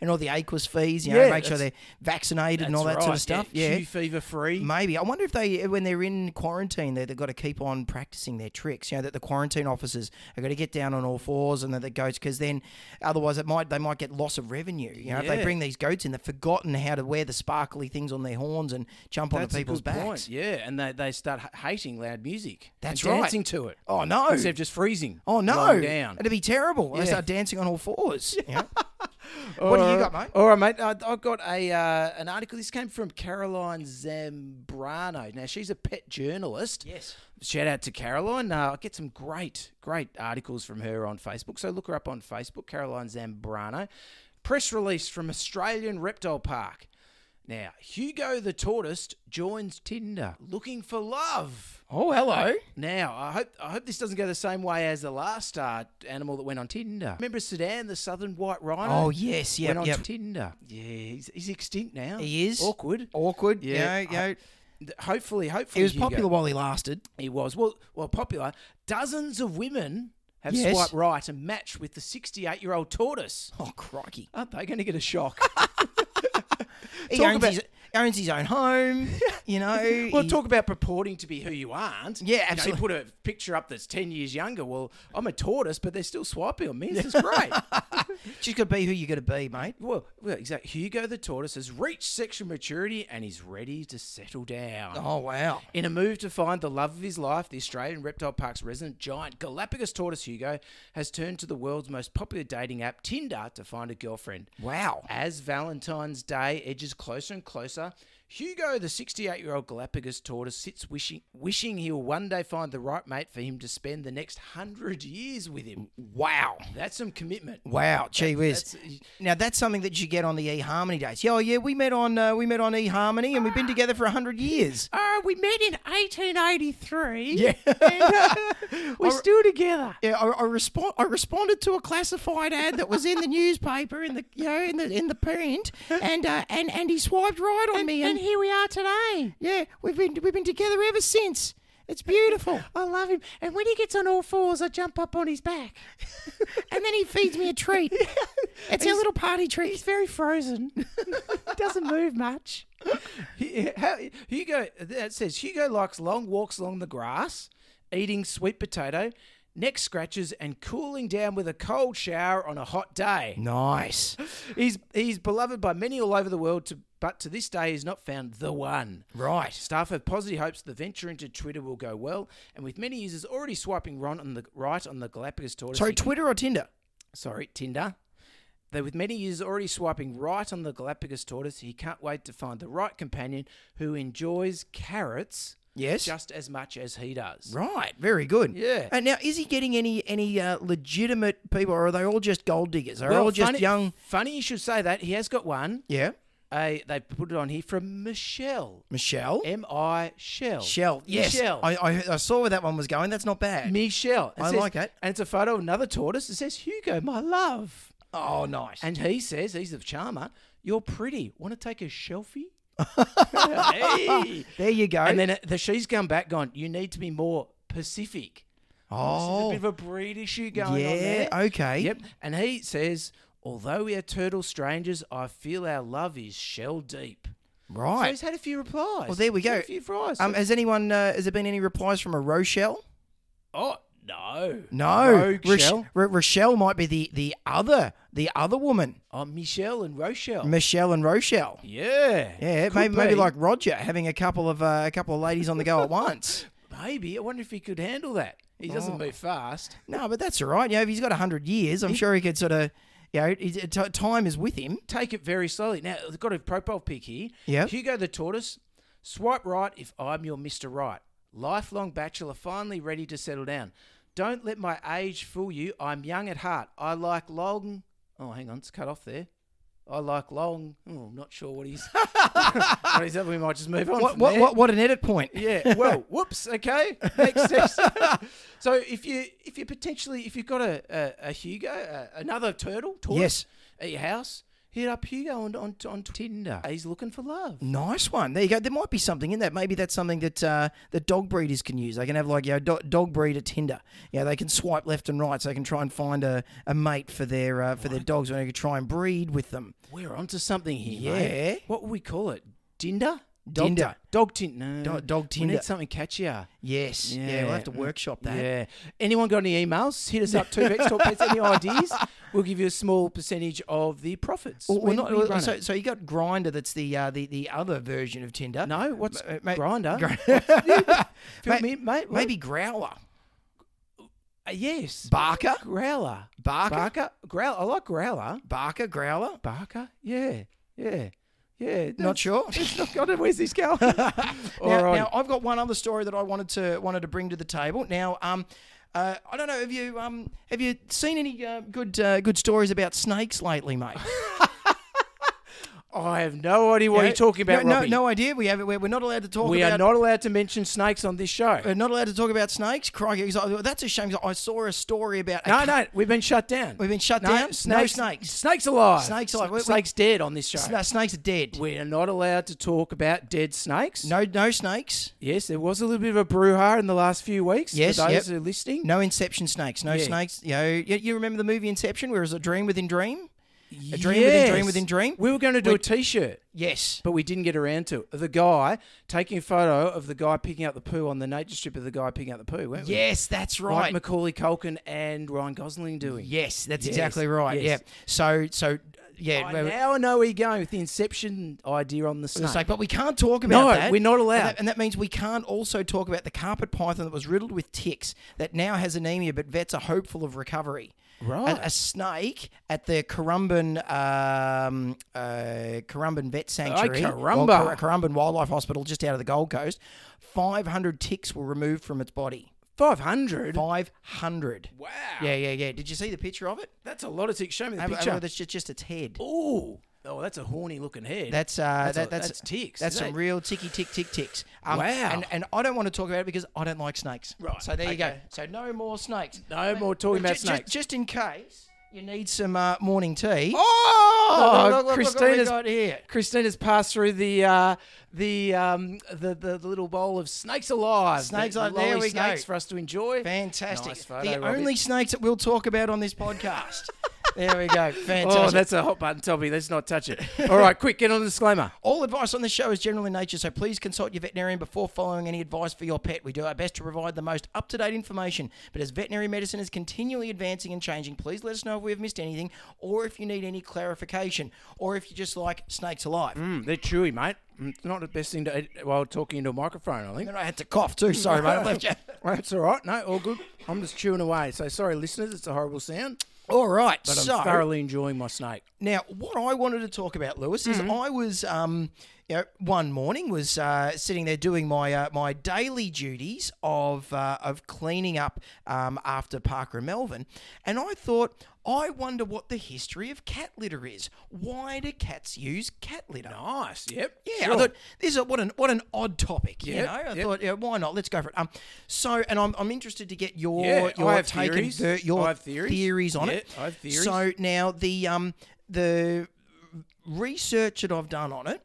S2: and all the aquas fees. You know,
S3: Yeah,
S2: make sure they're
S3: that's-
S2: vaccinated and all that
S3: That's
S2: sort
S3: right,
S2: of stuff.
S3: Q fever free.
S2: Maybe. I wonder if they, when they're in quarantine, they, they've got to keep on practicing their tricks. You know, that the quarantine officers are going to get down on all fours and that the goats, because then otherwise it might they might get loss of revenue. You know, if they
S3: Yeah.
S2: bring these goats in, they've forgotten how to wear the sparkly things on their horns and jump onto
S3: That's a
S2: people's
S3: good
S2: backs.
S3: point. Yeah, and they, they start h- hating loud music.
S2: That's
S3: and
S2: right.
S3: Dancing to it
S2: Oh, no.
S3: instead of just freezing.
S2: Oh no!
S3: lying down.
S2: It'd be terrible. They
S3: Yeah. Uh,
S2: start dancing on all fours. you
S3: (laughs)
S2: know? what do you got, mate?
S3: All right, mate. I, I've got a uh, an article. This came from Caroline Zambrano. Now she's a pet journalist.
S2: Yes.
S3: Shout out to Caroline. Uh, I get some great, great articles from her on Facebook. So look her up on Facebook, Caroline Zambrano. Press release from Australian Reptile Park. Now, Hugo the tortoise joins Tinder looking for love.
S2: Oh, hello.
S3: Now, I hope I hope this doesn't go the same way as the last uh, animal that went on Tinder. Remember Sudan, the southern white rhino?
S2: Oh yes, yeah,
S3: went on
S2: yeah.
S3: Tinder. Yeah, he's, he's extinct now.
S2: He is
S3: awkward.
S2: Awkward. Yeah,
S3: Yeah,
S2: you know,
S3: I-
S2: you know.
S3: Hopefully, hopefully
S2: He was
S3: Hugo-
S2: popular while he lasted.
S3: He was well, well popular. Dozens of women have
S2: Yes.
S3: swiped right and matched with the 68-year-old tortoise.
S2: Oh crikey.
S3: Aren't they going to get a shock?
S2: He
S3: Talk
S2: owns,
S3: about-
S2: his, owns his own home, you know.
S3: (laughs) (laughs) Well,
S2: he-
S3: talk about purporting to be who you aren't.
S2: Yeah,
S3: You know,
S2: absolutely.
S3: You, put a picture up that's 10 years younger. Well, I'm a tortoise, but they're still swiping on me. This is
S2: (laughs)
S3: great.
S2: just got to be who you got to be, mate.
S3: well, well, exactly. Hugo the tortoise has reached sexual maturity and he's ready to settle down.
S2: Oh wow.
S3: In a move to find the love of his life, the Australian Reptile Park's resident giant Galapagos tortoise Hugo has turned to the world's most popular dating app, Tinder, to find a girlfriend.
S2: Wow.
S3: As Valentine's Day edges closer and closer, Hugo, the 68 year old Galapagos tortoise, sits wishing, wishing he'll one day find the right mate for him to spend the next hundred years with him.
S2: Wow.
S3: That's some commitment.
S2: Wow, gee whiz! now that's something that you get on the eHarmony days. Yeah, oh yeah, we met on uh, we met on eHarmony, and we've been together for hundred years.
S3: Oh, we met in 1883.
S2: Yeah.
S3: And, uh, we're still together.
S2: Yeah, I, I respond. I responded to a classified ad that was in the (laughs) newspaper in the you know in the in the print, and uh, and and he swiped right on me, and,
S3: And here we are today.
S2: yeah, we've been we've been together ever since. It's beautiful.
S3: (laughs) I love him. And when he gets on all fours, I jump up on
S2: (laughs)
S3: his back.
S2: and then he feeds me a (laughs) treat. It's our little party treat.
S3: He's very frozen. (laughs) Doesn't move much. Hugo that says Hugo likes long walks along the grass, eating sweet potato, neck scratches, and cooling down with a cold shower on a hot day.
S2: Nice.
S3: (laughs) He's he's beloved by many all over the world, to, but to this day, he's not found the one.
S2: Right.
S3: Staff have positive hopes the venture into Twitter will go well, and with many users already swiping right on the right on the Galapagos tortoise.
S2: Sorry, Twitter or Tinder?
S3: Sorry, Tinder. Though with many users already swiping right on the Galapagos tortoise, he can't wait to find the right companion who enjoys carrots
S2: Yes.
S3: just as much as he does.
S2: Right, very good.
S3: Yeah.
S2: And now, is he getting any any uh, legitimate people, or are they all just gold diggers? Are
S3: Well,
S2: all just
S3: funny,
S2: young?
S3: Funny you should say that. He has got one.
S2: Yeah,
S3: Uh, they put it on here from Michelle.
S2: Michelle.
S3: M I Shell.
S2: Shell. Yes,
S3: Michelle.
S2: I, I I saw where that one was going. That's not bad.
S3: Michelle. It
S2: I
S3: says-
S2: like that.
S3: And it's a photo of another tortoise. It says, Hugo, my love.
S2: oh, nice.
S3: And he says, he's the charmer, you're pretty. Want to take
S2: (laughs)
S3: a selfie? hey.
S2: there you go.
S3: And then uh, the, she's come back, gone, you need to be more Pacific. There's a
S2: oh,
S3: bit of a breed issue going on
S2: Yeah,
S3: there.
S2: okay.
S3: Yep. And he says, although we are turtle strangers, I feel our love is shell deep. So
S2: right.
S3: he's had a few replies.
S2: Well, there we
S3: He's had
S2: go.
S3: A few replies.
S2: Um, has anyone? Uh, has there been any replies from a Rochelle?
S3: oh, no.
S2: No.
S3: Rochelle.
S2: Roch- Ro- Rochelle might be the the other the other woman.
S3: oh, Michelle and Rochelle.
S2: Michelle and Rochelle.
S3: yeah.
S2: Yeah,
S3: Oh. Could
S2: maybe maybe
S3: be.
S2: like Roger having a couple of uh, a couple of ladies on the go at
S3: (laughs)
S2: once.
S3: Maybe. I wonder if he could handle that. He doesn't
S2: Oh.
S3: move fast.
S2: No, but that's all right. You know, if he's got 100 years, I'm sure he could sort of, you know, he's- t- time is with him.
S3: Take it very slowly. Now, they've got a profile pic here.
S2: Yep.
S3: Hugo the tortoise. Swipe right if I'm your Mr. Right. Lifelong bachelor, finally ready to settle down. Don't let my age fool you. I'm young at heart. I like long. Oh, hang on. It's cut off there. I like long. Oh, I'm not sure what he's. (laughs) what he's up. We might just move on.
S2: What,
S3: from
S2: what,
S3: there.
S2: what, what an edit point.
S3: Yeah. Well, whoops. Okay. Next section. (laughs) so if you if you potentially if you've got a a, a Hugo a, another turtle tortoise at your house, hit up Hugo on on, on Tinder. He's looking for love.
S2: Nice one. There you go. There might be something in that. Maybe that's something that uh, the dog breeders can use. They can have like you know, do- dog breeder Tinder. Yeah, they can swipe left and right, so they can try and find a, a mate for their uh, for their dogs, and they can try and breed with them.
S3: We're onto something here.
S2: Yeah.
S3: Mate. What would we call it? Dinder.
S2: Dinder.
S3: Dog Tinder. No.
S2: Do- dog
S3: We
S2: Tinder.
S3: need something catchier.
S2: Yes. Yeah, we'll have to
S3: Mm.
S2: workshop that.
S3: Yeah. Anyone got any emails? Hit us up. Two Vex Talk Pets. Any
S2: (laughs)
S3: ideas? We'll give you a small percentage of the profits.
S2: Well, well,
S3: when
S2: not-
S3: we
S2: well,
S3: run it.
S2: so, so you got Grinder. That's the uh, the the other version of Tinder.
S3: no, what's
S2: Ma- ma-
S3: grinder?
S2: (laughs) Ma-
S3: Fill me, in, mate. What?
S2: maybe Growler,
S3: Uh, yes.
S2: Barker,
S3: Growler.
S2: Barker,
S3: Barker. Growler. I like growler.
S2: Barker, Growler.
S3: Barker. Yeah. Yeah. Yeah.
S2: Not sure.
S3: It's not (laughs) God, where's this going? All right.
S2: (laughs) now, now I've got one other story that I wanted to wanted to bring to the table. Now, um, uh, I don't know. Have you um have you seen any uh, good uh, good stories about snakes lately, mate?
S3: I have no idea (laughs) what
S2: No,
S3: you're talking about,
S2: No,
S3: Robbie.
S2: no, no idea. We have we're, we're not allowed to talk.
S3: we
S2: about, Uh,
S3: are not allowed to mention snakes on this show.
S2: We're not allowed to talk about snakes. Crikey, 'cause I- that's a shame. 'cause I saw a story about a
S3: no, no, we've been shut down.
S2: We've been shut
S3: No,
S2: down? No
S3: Snakes,
S2: snakes.
S3: Snakes alive.
S2: Snakes alive. We- we-
S3: snakes dead on this show.
S2: sna- snakes are dead.
S3: we are not allowed to talk about dead snakes.
S2: No, no snakes.
S3: Yes, there was a little bit of a brouhaha in the last few weeks.
S2: Yes,
S3: for those
S2: yep.
S3: who are listening.
S2: No Inception snakes. No
S3: Yeah.
S2: snakes. You, know, you, you remember the movie Inception, where it was a dream within dream? A dream within dream
S3: Yes.
S2: within dream?
S3: We were going to do a T-shirt,
S2: Yes.
S3: but we didn't get around to it. The guy taking a photo of the guy picking up the poo on the nature strip of the guy picking up the poo, weren't we?
S2: Yes, that's
S3: Like
S2: right.
S3: Macaulay Culkin and Ryan Gosling doing.
S2: yes, that's
S3: Yes,
S2: exactly right.
S3: yes.
S2: Yeah. So, so yeah,
S3: I
S2: well,
S3: now I know where you're going with the Inception idea on the snake.
S2: it's like, but we can't talk about
S3: No,
S2: that.
S3: we're not allowed.
S2: And that, and that means we can't also talk about the carpet python that was riddled with ticks that now has anemia, but vets are hopeful of recovery.
S3: Right.
S2: A, a snake at the Currumbin, um, uh, Currumbin Vet Sanctuary. or
S3: Currumba.
S2: Cur- Currumbin Wildlife Hospital, just out of the Gold Coast. 500 ticks were removed from its body.
S3: Five hundred.
S2: 500.
S3: Wow.
S2: Yeah, yeah, yeah. Did you see the picture of it?
S3: That's a lot of ticks. Show me the
S2: Have- have-
S3: picture.
S2: That's just, just its head.
S3: Ooh. Oh, that's a horny looking head.
S2: That's uh,
S3: a-
S2: that, that's,
S3: that's ticks,
S2: That's
S3: is
S2: some
S3: it?
S2: real ticky tick tick ticks. Um,
S3: Wow.
S2: And and I don't want to talk about it because I don't like snakes.
S3: Right,
S2: So there you go.
S3: okay.
S2: So no more snakes.
S3: no more talking about
S2: Ju- ju-
S3: snakes.
S2: Just, in case you need some uh, morning tea.
S3: oh,
S2: Look, look, look, look what we
S3: Christina's
S2: got here.
S3: Christina's passed through the uh, the, um, the the the little bowl of snakes alive.
S2: Snakes
S3: the,
S2: alive,
S3: the
S2: there
S3: lolly
S2: we go.
S3: snakes for us to enjoy.
S2: Fantastic.
S3: Nice photo,
S2: the
S3: Robbie.
S2: only snakes that we'll talk about on this
S3: (laughs)
S2: podcast. there we go. Fantastic.
S3: Oh, that's a hot button topic. Let's not touch it. All right, quick, get on the disclaimer.
S2: All advice on this show is general in nature, so please consult your veterinarian before following any advice for your pet. We do our best to provide the most up to date information, but as veterinary medicine is continually advancing and changing, please let us know if we have missed anything or if you need any clarification or if you just like snakes alive.
S3: Mm, they're chewy, mate. Mm, It's not the best thing to eat while talking into a microphone, I think.
S2: And I had to cough too, sorry, mate. I left
S3: (laughs)
S2: you.
S3: That's all right. No, all good. I'm just chewing away. So sorry, listeners. It's a horrible sound,
S2: All right,
S3: but
S2: so
S3: I'm thoroughly enjoying my snake.
S2: Now, what I wanted to talk about, Lewis, is I was, um, you know, one morning was uh, sitting there doing my uh, my daily duties of uh, of cleaning up um, after Parker and Melvin, and I thought, I wonder what the history of cat litter is. Why do cats use cat litter?
S3: Nice. Yep.
S2: Yeah, I thought this is a, what an what an odd topic. You
S3: Yep,
S2: know, I
S3: yep.
S2: thought yeah, why not? Let's go for it. Um, so and I'm, I'm interested to get your
S3: Yeah,
S2: your
S3: I have
S2: take
S3: theories.
S2: and ver- your
S3: I have theories.
S2: on
S3: Yeah,
S2: it.
S3: I have theories.
S2: So now the um the research that I've done on it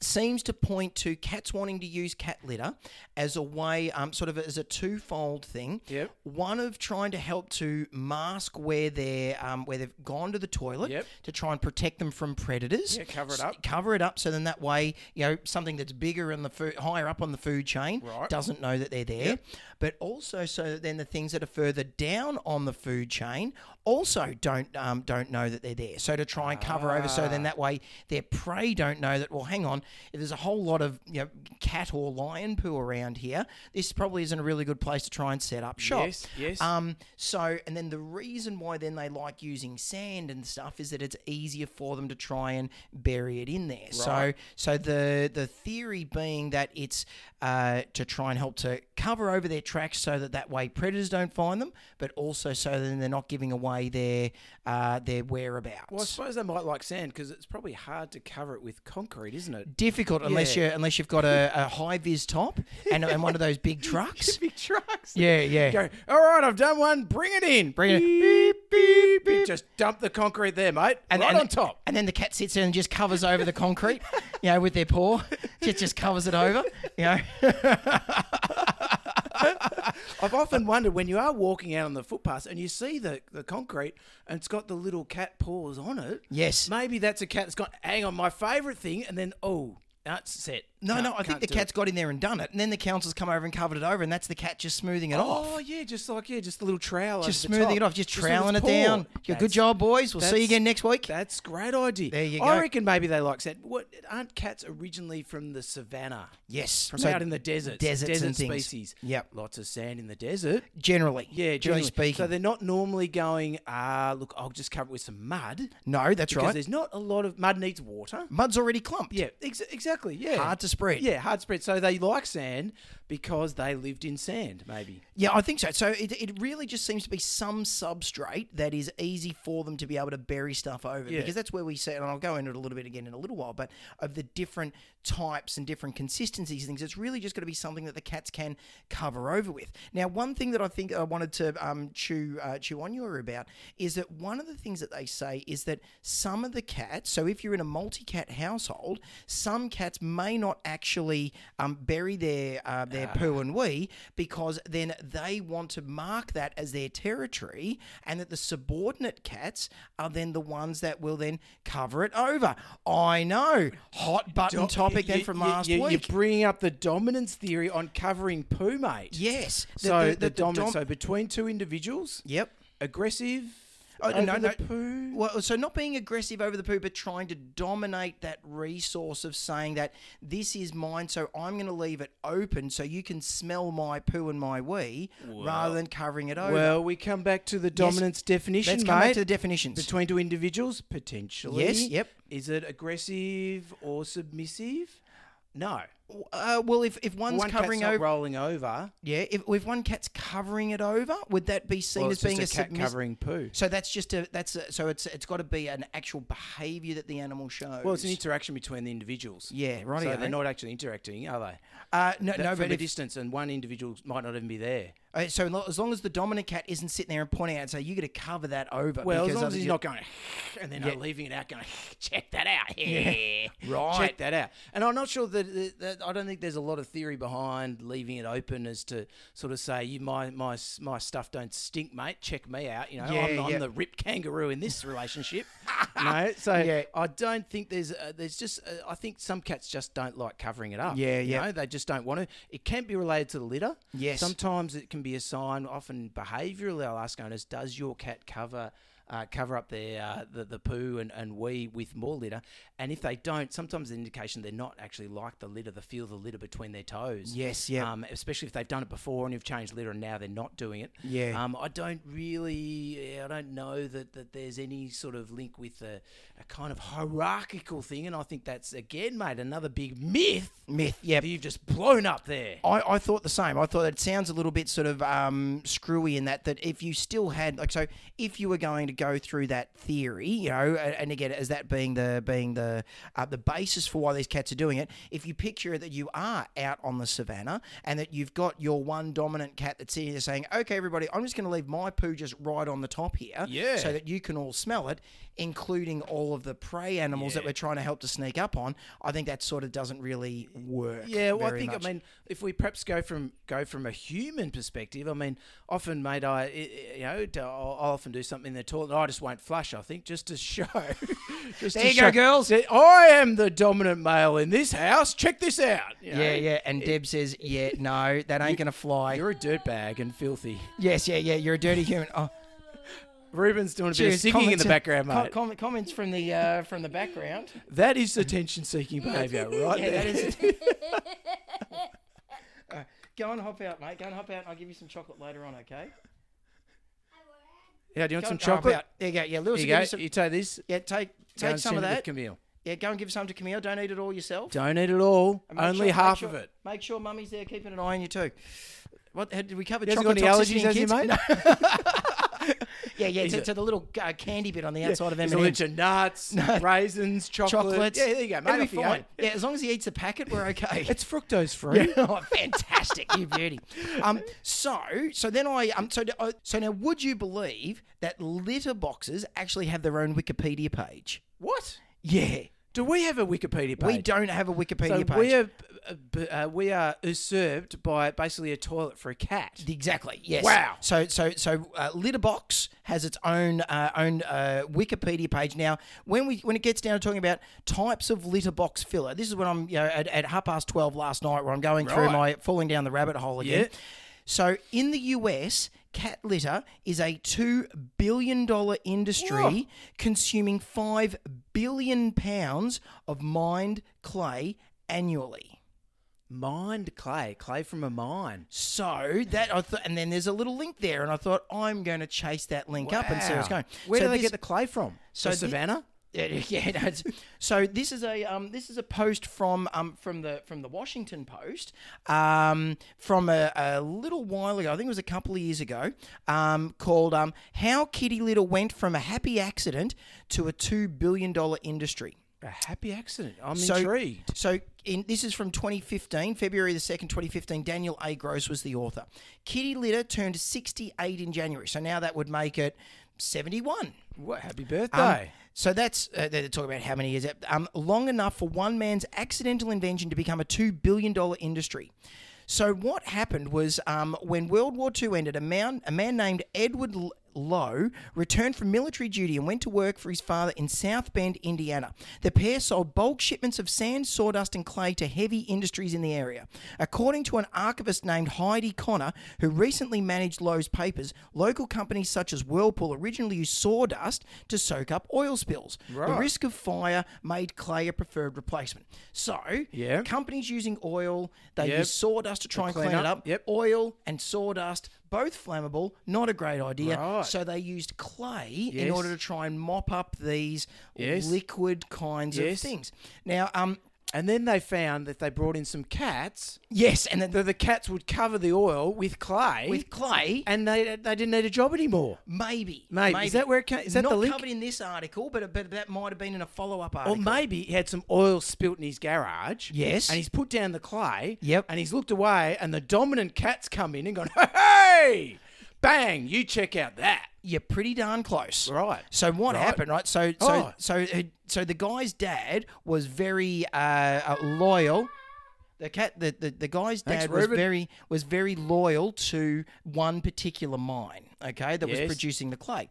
S2: seems to point to cats wanting to use cat litter as a way, um, sort of as a twofold thing.
S3: Yep.
S2: One of trying to help to mask where they're um, where they've gone to the toilet
S3: Yep.
S2: to try and protect them from predators.
S3: Yeah, cover it
S2: S-
S3: up.
S2: Cover it up so then that way, you know, something that's bigger in the food, higher up on the food chain
S3: Right.
S2: doesn't know that they're there. But also so that then the things that are further down on the food chain also don't um, don't know that they're there. So to try and cover over so
S3: Ah.
S2: then that way their prey don't know that well hang on, if there's a whole lot of you know cat or lion poo around here, this probably isn't a really good place to try and set up shop.
S3: Yes, yes.
S2: oh. Um, so, and then the reason why then they like using sand and stuff is that it's easier for them to try and bury it in there. So, so the the theory being that it's uh, to try and help to cover over their tracks so that that way predators don't find them, but also so then they're not giving away their uh, their whereabouts.
S3: Well, I suppose they might like sand because it's probably hard to cover it with concrete, isn't
S2: (laughs)
S3: it?
S2: Difficult unless
S3: Yeah.
S2: you unless you've got a, a high vis top and, and one of those big trucks.
S3: Big trucks.
S2: Yeah, yeah.
S3: Go. All right, I've done one. Bring it in. Bring
S2: it in.
S3: Beep, beep, beep. Just dump the concrete there, mate. And, right on top.
S2: And then the cat sits there and just covers over the concrete, you know, with their paw. Just just covers it over, you know.
S3: (laughs) I've often wondered when you are walking out on the footpaths and you see the, the concrete and it's got the little cat paws on it.
S2: Yes.
S3: Maybe that's a cat that's got, hang on, my favourite thing. And then, oh, that's set.
S2: No,
S3: Can't-
S2: no, I think
S3: can't
S2: the
S3: do it.
S2: cat's got in there and done it. And then the council's come over and covered it over, and that's the cat just smoothing it
S3: Oh,
S2: off.
S3: yeah, just like, yeah, just the little trowel.
S2: Just
S3: over the
S2: smoothing it
S3: top.
S2: off, just
S3: with
S2: troweling
S3: its
S2: it
S3: paw.
S2: down. Yeah, good
S3: That's-
S2: job, boys. We'll see you
S3: that's-
S2: again next week.
S3: That's a great idea.
S2: There you
S3: I
S2: go.
S3: reckon maybe they like said, what aren't cats originally from the savannah?
S2: yes.
S3: From
S2: So
S3: out in the deserts.
S2: deserts
S3: desert
S2: and things.
S3: species.
S2: Yep.
S3: Lots of sand in the desert.
S2: generally.
S3: Yeah,
S2: generally, speaking.
S3: So they're not normally going, ah, look, I'll just cover it with some mud.
S2: no, that's
S3: Because
S2: right.
S3: there's not a lot of mud needs water.
S2: Mud's already clumped.
S3: Yeah, ex- exactly. Yeah.
S2: Hard to spread.
S3: Yeah, hard spread. So they like sand because they lived in sand, maybe.
S2: Yeah, I think so. So it, it really just seems to be some substrate that is easy for them to be able to bury stuff over
S3: Yeah.
S2: because that's where we see, and I'll go into it a little bit again in a little while, but of the different types and different consistencies and things, it's really just going to be something that the cats can cover over with. Now, one thing that I think I wanted to um, chew uh, chew on you about is that one of the things that they say is that some of the cats, so if you're in a multi cat household, some cats may not actually um, bury their uh,
S3: Ah.
S2: their poo and wee because then they want to mark that as their territory, and that the subordinate cats are then the ones that will then cover it over. I know, hot button topic then from last
S3: you,
S2: week.
S3: You're bringing up the dominance theory on covering poo, mate.
S2: yes,
S3: So the,
S2: dom-
S3: dominance. so between two individuals,
S2: yep.
S3: aggressive
S2: Oh,
S3: Over
S2: no,
S3: the
S2: no.
S3: poo?
S2: Well, so not being aggressive over the poo, but trying to dominate that resource of saying that this is mine, so I'm going to leave it open so you can smell my poo and my wee, rather than covering it over.
S3: Well, we come back to the dominance definition,
S2: Let's come back
S3: mate.
S2: to the definitions.
S3: Between two individuals, potentially.
S2: Yes, yep.
S3: Is it aggressive or submissive? No.
S2: uh, well, if, if one's
S3: One
S2: covering
S3: cat's not
S2: over,
S3: rolling over.
S2: yeah, if, if one cat's covering it over, would that be seen
S3: Well,
S2: as
S3: it's
S2: being
S3: just a cat
S2: submiss-
S3: covering poo.
S2: So that's just a that's a, so it's it's got to be an actual behaviour that the animal shows.
S3: Well, it's an interaction between the individuals.
S2: Yeah, right.
S3: So they're not actually interacting, are they?
S2: uh, no,
S3: No,
S2: no,
S3: from
S2: but
S3: a
S2: if,
S3: distance, and one individual might not even be there.
S2: uh, so lo- as long as the dominant cat isn't sitting there and pointing out and say you got to cover that over.
S3: Well, as
S2: because
S3: long as
S2: other- (laughs)
S3: he's not going, and then
S2: Yeah.
S3: not leaving it out, going, check that out, yeah,
S2: (laughs) Right.
S3: check that out. And I'm not sure that, that, that- I don't think there's a lot of theory behind leaving it open as to sort of say, you my my s- my stuff don't stink, mate. Check me out, you know,
S2: Yeah,
S3: I'm,
S2: yeah.
S3: I'm the ripped kangaroo in this relationship. no, so
S2: Ah, Yeah.
S3: I don't think there's uh, there's just uh, I think some cats just don't like covering it up.
S2: Yeah,
S3: you
S2: yeah.
S3: know, they just don't want to. It can be related to the litter.
S2: Yes.
S3: Sometimes it can be a sign, often behaviorally, I'll ask owners, does your cat cover uh, cover up their uh, the, the poo and, and wee with more litter? And if they don't, sometimes the indication they're not actually like the litter, the feel of the litter between their toes.
S2: Yes, yeah.
S3: Um, especially if they've done it before and you've changed litter and now they're not doing it.
S2: Yeah.
S3: Um, I don't really, I don't know that, that there's any sort of link with a, a kind of hierarchical thing. And I think that's, again, mate, another big myth
S2: myth. Yeah,
S3: that you've just blown up there.
S2: I, I thought the same. I thought it sounds a little bit sort of um, screwy in that that if you still had like so if you were going to go through that theory, you know, a- and again as that being the being the uh, the basis for why these cats are doing it, if you picture that you are out on the savannah and that you've got your one dominant cat that's sitting there saying, "Okay, everybody, I'm just going to leave my poo just right on the top here,
S3: Yeah.
S2: so that you can all smell it, including all of the prey animals that we're trying to help to sneak up on." I think that sort of doesn't really work.
S3: Yeah, well, I
S2: very
S3: think
S2: much.
S3: I mean, if we perhaps go from go from a human perspective, I mean, often, mate, I I- I- you know, d- I'll, I'll often do something in the toilet, and I just won't flush. I think just to show, (laughs) just
S2: There
S3: to
S2: you go,
S3: show
S2: girls.
S3: that I am the dominant male in this house. Check this out. you know.
S2: Yeah, yeah. And Deb says,
S3: (laughs)
S2: yeah, no, that ain't going to fly.
S3: You're a dirtbag and filthy.
S2: Yes, yeah, yeah. You're a dirty human. Oh,
S3: Ruben's doing a bit of
S2: cheers.
S3: singing in
S2: Comments-
S3: the background,
S2: com-
S3: mate.
S2: com- comments from the uh, from the background.
S3: that is attention-seeking behaviour,
S2: (laughs)
S3: right
S2: Yeah,
S3: there. (laughs)
S2: that is. Uh, go and hop out, mate. Go and hop out, and I'll give you some chocolate later on. Okay.
S3: yeah, do you want
S2: Go
S3: some
S2: and hop
S3: chocolate?
S2: out. There you go. Yeah, Lewis,
S3: Here
S2: will
S3: you
S2: give
S3: go.
S2: you some.
S3: You take this.
S2: Yeah, take
S3: go
S2: take
S3: and
S2: some
S3: send
S2: of
S3: it to
S2: that.
S3: Camille.
S2: Yeah, go and give some to Camille. Don't eat it all yourself.
S3: Don't eat it all.
S2: And make
S3: Only
S2: sure- make
S3: half
S2: sure-
S3: of it.
S2: Make sure mummy's there keeping an eye on you too. What had, did we cover?
S3: He hasn't
S2: chocolate
S3: got
S2: toxicity
S3: any allergies,
S2: in
S3: has he,
S2: kids?
S3: mate?
S2: Yeah, yeah, to,
S3: it?
S2: to the little uh, candy bit on the outside of
S3: There's
S2: M&M's.
S3: a bunch
S2: (laughs)
S3: of nuts, raisins, chocolate.
S2: Chocolates.
S3: Yeah, there you go. Mate,
S2: It'll be
S3: Off you
S2: fine.
S3: go.
S2: Yeah, as long as he eats the packet, we're
S3: (laughs)
S2: okay.
S3: It's fructose free.
S2: oh, fantastic, you beauty. Um, so, so then I um, so uh, so now, would you believe that litter boxes actually have their own Wikipedia page?
S3: (laughs)
S2: (laughs)
S3: What?
S2: Yeah,
S3: Do we have a Wikipedia page?
S2: we don't have a
S3: So
S2: Wikipedia page.
S3: we are uh, b- uh, we are usurped by basically a toilet for a cat.
S2: Exactly. Yes.
S3: Wow.
S2: So so so uh, Litterbox has its own uh, own uh, Wikipedia page now. When we when it gets down to talking about types of litterbox filler, this is when I'm you know at, at half past twelve last night where I'm going through
S3: Right.
S2: my falling down the rabbit hole again.
S3: Yeah.
S2: So in the US. Cat litter is a $2 billion industry consuming 5 billion pounds of mined clay annually.
S3: Mined clay, clay from a mine.
S2: So that I thought, and then there's a little link there, and I thought I'm going to chase that link up and see what's
S3: Wow.
S2: going.
S3: Where
S2: so
S3: do they
S2: this-
S3: get the clay from?
S2: so
S3: So
S2: thi-
S3: Savannah.
S2: (laughs) yeah, yeah, no, it's- so this is a um, this is a post from um, from the from the Washington Post um, from a, a little while ago. I think it was a couple of years ago. Um, called um, "How Kitty Litter Went from a Happy Accident to a Two Billion Dollar Industry."
S3: A happy accident. I'm
S2: So-
S3: intrigued.
S2: So in, this is from 2015, February the 2nd, 2015. Daniel A. Gross was the author. Kitty litter turned 68 in January. So now that would make it 71.
S3: What happy birthday?
S2: Um, so that's uh, they're talking about how many years. Um, long enough for one man's accidental invention to become a two billion dollar industry. So what happened was um, when World War II ended, a man, a man named Edward L- Lowe, returned from military duty and went to work for his father in South Bend, Indiana. The pair sold bulk shipments of sand, sawdust, and clay to heavy industries in the area. According to an archivist named Heidi Connor, who recently managed Lowe's papers, local companies such as Whirlpool originally used sawdust to soak up oil spills. The risk of fire made clay a preferred replacement. So,
S3: Yeah.
S2: companies using oil, they
S3: Yep.
S2: use sawdust to try and
S3: clean
S2: clean it
S3: up.
S2: up.
S3: Yep.
S2: Oil and sawdust, both flammable, not a great idea.
S3: Right.
S2: So they used clay in
S3: Yes.
S2: order to try and mop up these
S3: Yes.
S2: liquid kinds of
S3: Yes.
S2: things. Now, um,
S3: And then they found that they brought in some cats.
S2: yes, and then
S3: That the cats would cover the oil with clay,
S2: with clay,
S3: and they they didn't need a job anymore.
S2: maybe,
S3: Maybe. Is that where it ca- is that
S2: not
S3: the link?
S2: covered in this article? But but that might have been in a follow up
S3: Or
S2: article.
S3: maybe he had some oil spilt in his garage.
S2: Yes.
S3: And he's put down the clay.
S2: Yep.
S3: And he's looked away, and the dominant cat's come in and gone, hey, bang, you check out that.
S2: You're pretty darn close.
S3: Right.
S2: So what
S3: Right.
S2: happened, right? So so
S3: Oh.
S2: so uh, so the guy's dad was very uh, uh, loyal. The cat, the, the, the guy's dad
S3: Thanks,
S2: was
S3: Reuben.
S2: very was very loyal to one particular mine. Okay, that was
S3: Yes.
S2: producing the clay.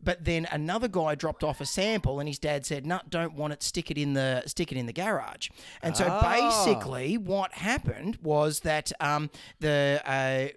S2: But then another guy dropped off a sample, and his dad said, "No, don't want it. Stick it in the stick it in the garage." And so
S3: Ah.
S2: basically, what happened was that um, the uh,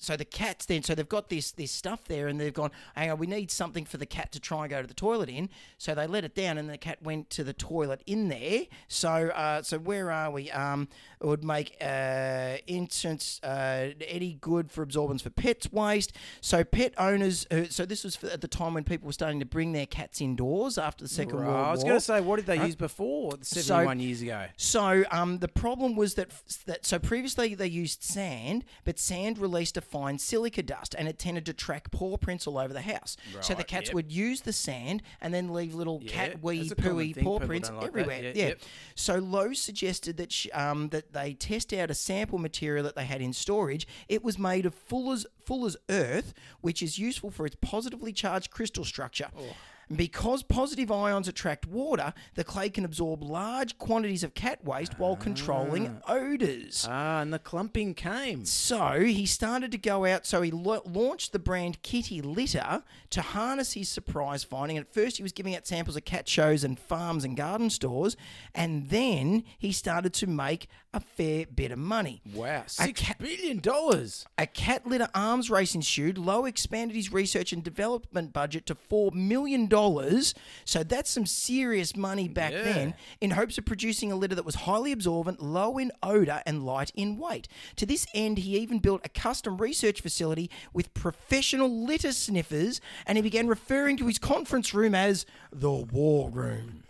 S2: so the cats then so they've got this this stuff there and they've gone hang on we need something for the cat to try and go to the toilet in so they let it down and the cat went to the toilet in there so uh, so where are we um it would make uh instance uh any good for absorbance for pets waste so pet owners uh, so this was for, at the time when people were starting to bring their cats indoors after the second world war
S3: I was going to say, what did they use before? 71 years ago.
S2: so um, the problem was that, that so previously they used sand, but sand released a fine silica dust, and it tended to track paw prints all over the house. so the
S3: Right,
S2: cats
S3: yep.
S2: would use the sand and then leave little cat wee
S3: that's a common
S2: pooey
S3: thing.
S2: paw
S3: People
S2: prints
S3: don't like that.
S2: everywhere.
S3: Yeah,
S2: yeah.
S3: yep.
S2: So Lowe suggested that sh um, that they test out a sample material that they had in storage. It was made of fuller's fuller's earth, which is useful for its positively charged crystal structure. Because positive ions attract water, the clay can absorb large quantities of cat waste while controlling odors.
S3: Ah, and the clumping came.
S2: So he started to go out. So he lo- launched the brand Kitty Litter to harness his surprise finding. And at first, he was giving out samples at cat shows and farms and garden stores. And then he started to make a fair bit of money.
S3: Wow, six billion dollars.
S2: A cat litter arms race ensued. Lowe expanded his research and development budget to $4 million. So that's some serious money back
S3: Yeah.
S2: then in hopes of producing a litter that was highly absorbent, low in odor, and light in weight. To this end, he even built a custom research facility with professional litter sniffers and he began referring to his conference room as the war room.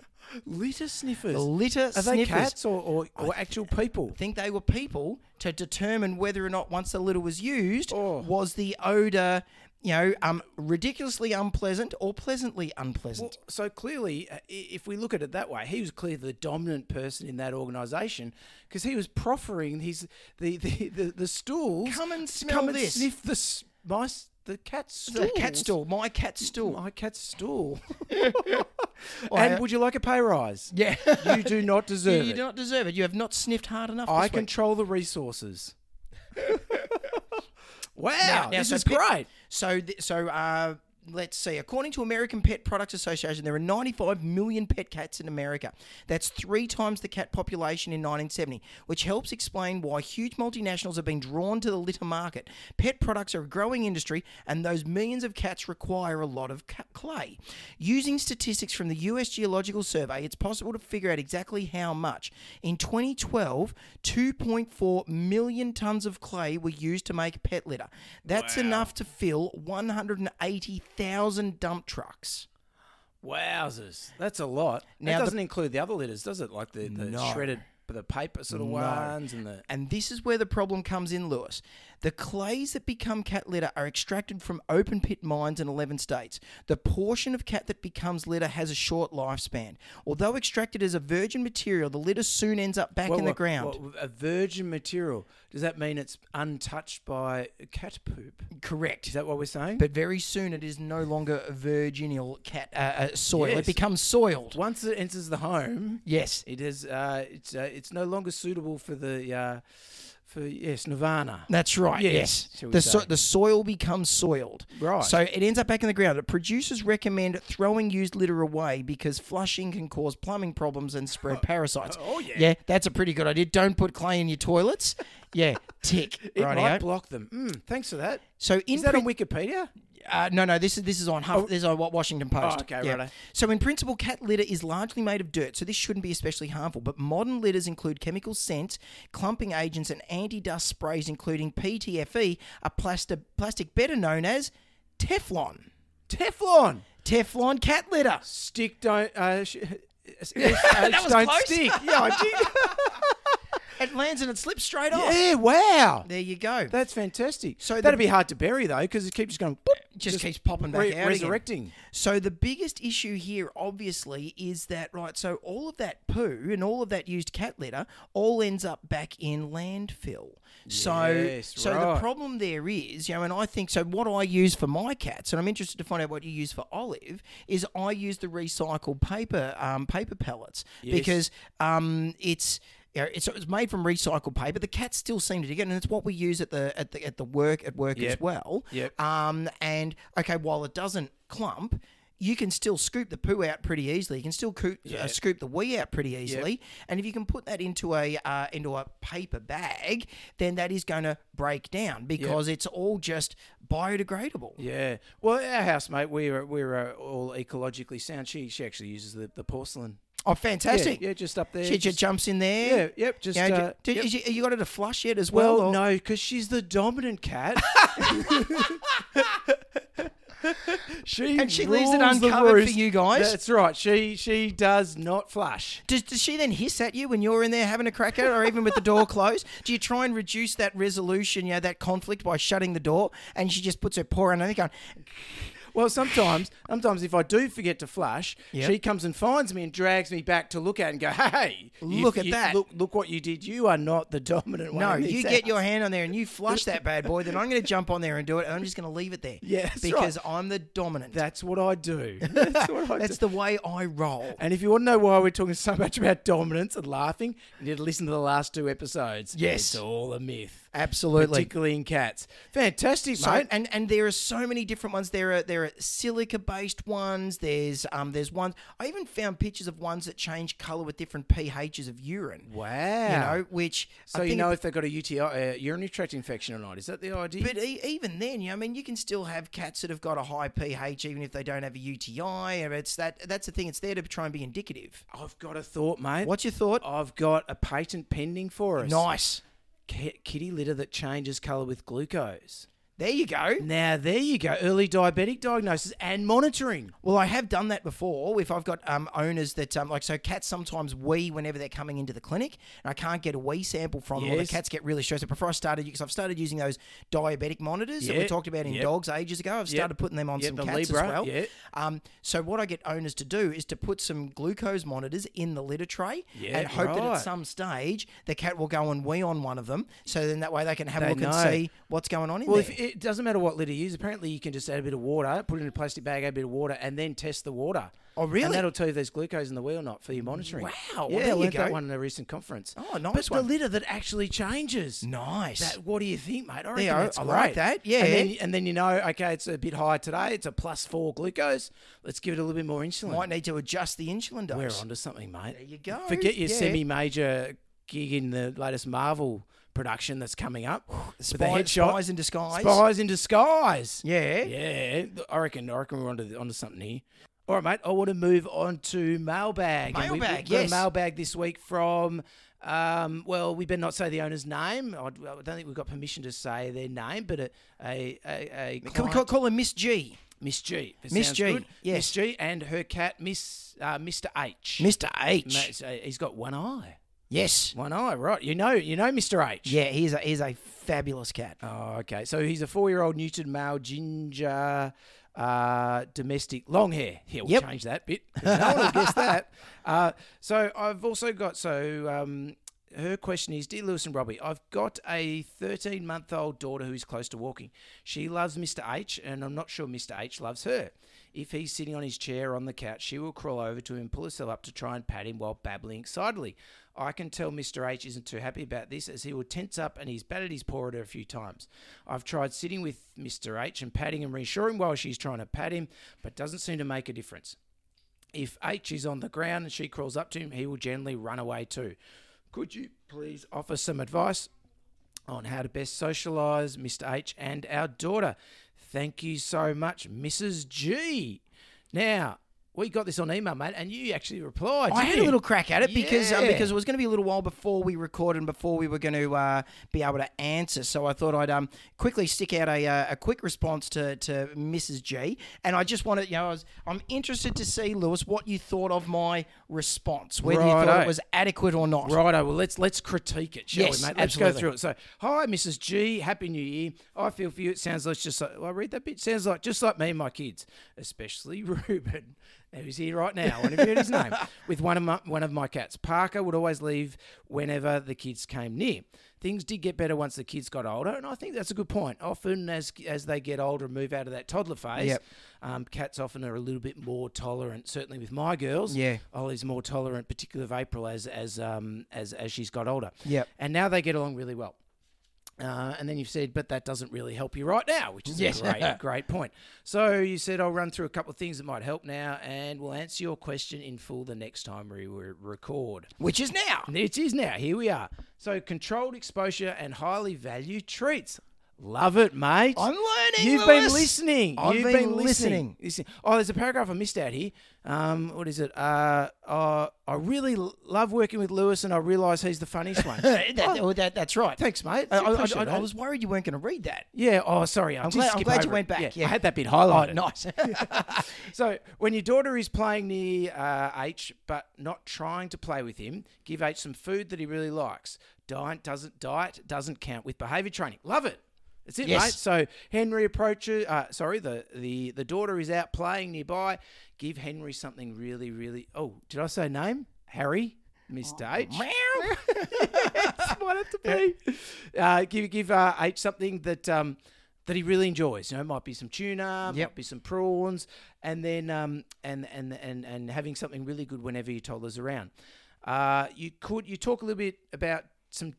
S3: Litter sniffers.
S2: The litter
S3: Are
S2: sniffers.
S3: they cats or, or, or actual people?
S2: think they were people to determine whether or not once the litter was used
S3: Oh.
S2: was the odor you know um ridiculously unpleasant or pleasantly unpleasant
S3: Well, so clearly, uh, i- if we look at it that way, he was clearly the dominant person in that organisation because he was proffering his the the the, the stools.
S2: Come and
S3: to
S2: smell
S3: and
S2: this.
S3: Sniff the s- mice. The cat's stool.
S2: the cat stool my cat stool
S3: My
S2: (laughs)
S3: cat's stool. (laughs)
S2: I-
S3: and would you like a pay rise?
S2: yeah
S3: You do not deserve
S2: you
S3: it.
S2: do not deserve it you have not sniffed hard enough
S3: I
S2: this week.
S3: control
S2: (laughs)
S3: the resources. wow,
S2: Now- now,
S3: this
S2: so
S3: is
S2: pe-
S3: great.
S2: So, th- so uh, let's see. According to American Pet Products Association, there are 95 million pet cats in America. That's three times the cat population in 1970, which helps explain why huge multinationals have been drawn to the litter market. Pet products are a growing industry, and those millions of cats require a lot of ca- clay. Using statistics from the U.S. Geological Survey, it's possible to figure out exactly how much. In 2012, 2.4 million tons of clay were used to make pet litter. That's enough to fill 180,000 dump trucks.
S3: Wowzers, that's a lot. Now
S2: Now
S3: it
S2: the-
S3: doesn't include the other litters, does it? Like the, the
S2: No.
S3: shredded, the paper sort of ones, and the
S2: And this is where the problem comes in, Lewis. The clays that become cat litter are extracted from open pit mines in 11 states. The portion of cat that becomes litter has a short lifespan. Although extracted as a virgin material, the litter soon ends up back in the
S3: Well,
S2: ground.
S3: well, a virgin material. Does that mean it's untouched by cat poop?
S2: Correct.
S3: Is that what we're saying?
S2: but very soon it is no longer virginal cat uh, uh, soil. It
S3: Yes.
S2: becomes soiled.
S3: once it enters the home,
S2: Yes.
S3: it is. Uh, it's uh, it's no longer suitable for the uh, for yes, Nirvana.
S2: That's right.
S3: Yes,
S2: Yes.
S3: shall we
S2: The,
S3: say.
S2: so- the soil becomes soiled.
S3: Right.
S2: So it ends up back in the ground. Producers recommend throwing used litter away because flushing can cause plumbing problems and spread parasites.
S3: (laughs) oh, yeah.
S2: Yeah, that's a pretty good idea. Don't put clay in your toilets. Yeah, (laughs) tick.
S3: It might
S2: Rightio.
S3: block them. Mm, thanks for that.
S2: so in
S3: Is that
S2: prin-
S3: on Wikipedia?
S2: uh, no, no. This is this is on Huff, this is on Wa- Washington Post.
S3: Oh, okay, righto.
S2: So in principle, cat litter is largely made of dirt, so this shouldn't be especially harmful. But modern litters include chemical scents, clumping agents, and anti-dust sprays, including PTFE, E, a plastic plastic better known as Teflon.
S3: Teflon.
S2: Teflon cat litter.
S3: Stick don't.
S2: (laughs)
S3: Uh, sh- (laughs) that
S2: was
S3: don't
S2: close. (laughs)
S3: stick. Yeah, I
S2: It lands and it slips straight
S3: did.
S2: off.
S3: yeah, wow.
S2: There you go.
S3: That's fantastic.
S2: Oh. So
S3: So
S2: the-
S3: that'd be hard to bury though, because it keeps going. boop,
S2: just, keeps popping back
S3: re-
S2: out. Again.
S3: resurrecting.
S2: So the biggest issue here, obviously, is that right. So all of that poo and all of that used cat litter all ends up back in landfill. So,
S3: Yes,
S2: so the
S3: right.
S2: problem there is, you know, and I think so. What I use for my cats, and I'm interested to find out what you use for Olive, is I use the recycled paper um, paper pellets because um, it's. you know, It's, it's made from recycled paper. The cats still seem to dig it, and it's what we use at the at the at the work at work as
S3: Yep.
S2: well.
S3: Yep.
S2: Um, and okay, while it doesn't clump, you can still scoop the poo out pretty easily. You can still coo- uh, scoop the wee out pretty easily. And if you can put that into a uh, into a paper bag, then that is going to break down because it's all just biodegradable.
S3: Yeah. Well, our housemate, we were we were all ecologically sound. She she actually uses the, the porcelain.
S2: Oh,
S3: Yeah,
S2: fantastic!
S3: yeah, just up there.
S2: She just
S3: just-
S2: jumps in there.
S3: yeah, yep. Just
S2: You, know,
S3: uh,
S2: did-
S3: yep.
S2: is you, you got it to flush yet as well?
S3: Well,
S2: or-
S3: no, because she's the
S2: (laughs)
S3: dominant cat. she
S2: And she leaves it
S3: rules the
S2: uncovered for
S3: roost.
S2: you guys?
S3: That's right. She she does not flush.
S2: Does, does she then hiss at you when you're in there having a crack at it, or even with the door closed? Do you try and reduce that resolution, you know, that conflict by shutting the door? And she just puts her paw around and going,
S3: Well, sometimes sometimes if I do forget to flush,
S2: Yep.
S3: she comes and finds me and drags me back to look at and go, hey, you-
S2: Look at
S3: you-
S2: that."
S3: Look look what you did. You are not the dominant one.
S2: "No,
S3: in this
S2: you get
S3: house."
S2: your hand on there and you flush that bad boy." Then I'm going to jump on there and do it, and I'm just going to leave it there.
S3: Yeah, that's
S2: because I'm the dominant.
S3: That's what
S2: (laughs)
S3: I do. That's what I do.
S2: That's the way I roll.
S3: And if you want to know why we're talking so much about dominance and laughing, you need to listen to the last two episodes.
S2: Yes.
S3: It's all a myth.
S2: Absolutely.
S3: Particularly in cats. Fantastic,
S2: So
S3: mate.
S2: and and there are so many different ones. There are there are silica based ones. There's um there's ones. I even found pictures of ones that change color with different pHs of urine.
S3: Wow.
S2: you know, which
S3: so
S2: I
S3: you
S2: think
S3: know if they've got a UTI, uh, urinary tract infection or not. Is that the idea?
S2: But e- even then, you know, I mean, you can still have cats that have got a high pH, even if they don't have a UTI. And it's that that's the thing; it's there to try and be indicative.
S3: I've got a thought, mate.
S2: What's your thought?
S3: I've got a patent pending for us.
S2: Nice.
S3: Ki- Kitty litter that changes colour with glucose.
S2: There you go.
S3: Now, there you go. Early diabetic diagnosis and monitoring.
S2: Well, I have done that before. If I've got um, owners that um, like, so cats sometimes wee whenever they're coming into the clinic, and I can't get a wee sample from them, or the
S3: Yes.
S2: cats get really stressed. But Before I started, because I've started using those diabetic monitors that we
S3: Yeah,
S2: talked about in
S3: yep.
S2: dogs ages ago, I've started putting them on
S3: Yeah,
S2: some
S3: the
S2: cats
S3: Libra,
S2: as well.
S3: yeah.
S2: Um, so what I get owners to do is to put some glucose monitors in the litter tray,
S3: Yeah,
S2: and hope that
S3: right.
S2: at some stage the cat will go and wee on one of them. So then that way they can have a
S3: They
S2: look
S3: know.
S2: and see what's going on in
S3: Well,
S2: there.
S3: if it doesn't matter what litter you use. Apparently, you can just add a bit of water, put it in a plastic bag, add a bit of water, and then test the water.
S2: Oh, really?
S3: And that'll tell you if there's glucose in the wee or not for your monitoring.
S2: Wow, well,
S3: yeah,
S2: there
S3: I
S2: you
S3: learned that
S2: go.
S3: one in a recent conference.
S2: Oh, nice
S3: But the
S2: one.
S3: litter that actually changes.
S2: nice.
S3: That, what do you think, mate? I reckon
S2: you go.
S3: that's
S2: I
S3: great.
S2: like that, yeah.
S3: And then, and then you know, okay, it's a bit higher today. It's a plus four glucose. Let's give it a little bit more insulin.
S2: Might need to adjust the insulin dose.
S3: We're onto something, mate. There
S2: you go,
S3: Forget your
S2: yeah.
S3: semi-major gig in the latest Marvel production that's coming up with a
S2: Spy-
S3: headshot.
S2: Spies in disguise.
S3: Spies in disguise.
S2: Yeah.
S3: Yeah, I reckon. I reckon we're onto the- onto something here. All right, mate. I want to move on to mailbag. And we-
S2: Mailbag,
S3: we've got a
S2: yes.
S3: mailbag this week from. Um, well, we better not say the owner's name. I, I don't think we've got permission to say their name, but a a a, a
S2: Can we
S3: client-
S2: call, call her Miss G?
S3: Miss G. If it
S2: Miss
S3: sounds
S2: G,
S3: good. Miss
S2: yes.
S3: G and her cat, Miss uh, Mr H.
S2: Mr. H.
S3: Ma- so He's got one eye.
S2: Yes.
S3: One eye, right? You know, you know, Mr H.
S2: Yeah, he's a he's a fabulous cat.
S3: Oh, okay. So he's a four-year-old neutered male ginger uh, domestic long hair. Here, we'll
S2: Yep. (laughs)
S3: change that bit. 'cause No one will guess that. Uh, so I've also got so um, her question is Dear Lewis and Robbie, I've got a 13 month old daughter who's close to walking. She loves Mr. H, and I'm not sure Mr. H loves her. If he's sitting on his chair or on the couch, she will crawl over to him, pull herself up to try and pat him while babbling excitedly. I can tell Mr. H isn't too happy about this as he will tense up and he's batted his paw at her a few times. I've tried sitting with Mr. H and patting and reassuring while she's trying to pat him, but doesn't seem to make a difference. If H is on the ground and she crawls up to him, he will generally run away too. Could you please offer some advice on how to best socialise Mr. H and our daughter? Thank you so much, Mrs. G. Now, we got this on email, mate, and you actually replied.
S2: I
S3: didn't
S2: had a
S3: you?
S2: little crack at it because um,
S3: Yeah.
S2: because it was going to be a little while before we recorded and before we were going to uh, be able to answer. So I thought I'd um, quickly stick out a, uh, a quick response to, to Mrs. G. And I just wanted, you know, I was, I'm interested to see, Lewis, what you thought of my response, whether you thought
S3: Righto.
S2: it was adequate or not.
S3: Righto. Well, let's let's critique it, shall
S2: Yes,
S3: we, mate? Let's
S2: absolutely.
S3: go through it. So, hi, Mrs. G. Happy New Year. I feel for you. It sounds like it's just like well, I read that bit. Sounds like just like me and my kids, especially (laughs) Reuben, who's here right now. And if you heard
S2: (laughs)
S3: his name with one of my one of my cats, Parker would always leave whenever the kids came near. Things did get better once the kids got older, and I think that's a good point. Often, as as they get older and move out of that toddler phase,
S2: Yep.
S3: um, cats often are a little bit more tolerant. Certainly with my girls,
S2: Yeah.
S3: Ollie's Oh, more tolerant, particularly of April as as um as as she's got older.
S2: Yep.
S3: And now they get along really well. Uh, and then you've said, but that doesn't really help you right now, which is
S2: Yes.
S3: a
S2: (laughs)
S3: great, great point. So you said, I'll run through a couple of things that might help now, and we'll answer your question in full the next time we re- record.
S2: Which is now.
S3: And It is now. Here we are. So controlled exposure and highly valued treats. Love it, mate.
S2: I'm learning,
S3: You've
S2: Lewis.
S3: been listening.
S2: I've
S3: You've
S2: been
S3: been,
S2: listening.
S3: listening. Listen- Oh, there's a paragraph I missed out here. Um, what is it? Uh, uh, I really l- love working with Lewis, and I realise he's the funniest one.
S2: (laughs) That- that-
S3: Oh,
S2: that- that's right.
S3: thanks, mate.
S2: I, I- I-
S3: Appreciate
S2: I
S3: that.
S2: was worried you weren't going to read that.
S3: Yeah. Oh, sorry. I am
S2: glad- I'm glad you went back, yeah.
S3: I had that bit highlighted.
S2: Oh, nice.
S3: (laughs) So when your daughter is playing near uh, H but not trying to play with him, give H some food that he really likes. Diet doesn't diet doesn't count with behaviour training. Love it. That's it,
S2: Yes.
S3: mate. So Henry approaches. Uh, sorry, the, the the daughter is out playing nearby. Give Henry something really, really. Oh, did I say name? Harry, Mr. H.
S2: (laughs)
S3: Yes, might have to be. (laughs) Uh, give give uh, H something that um, that he really enjoys. You know, might be some tuna,
S2: Yep.
S3: might be some prawns, and then um, and, and and and having something really good whenever your toddler's around. Uh, you could you talk a little bit about some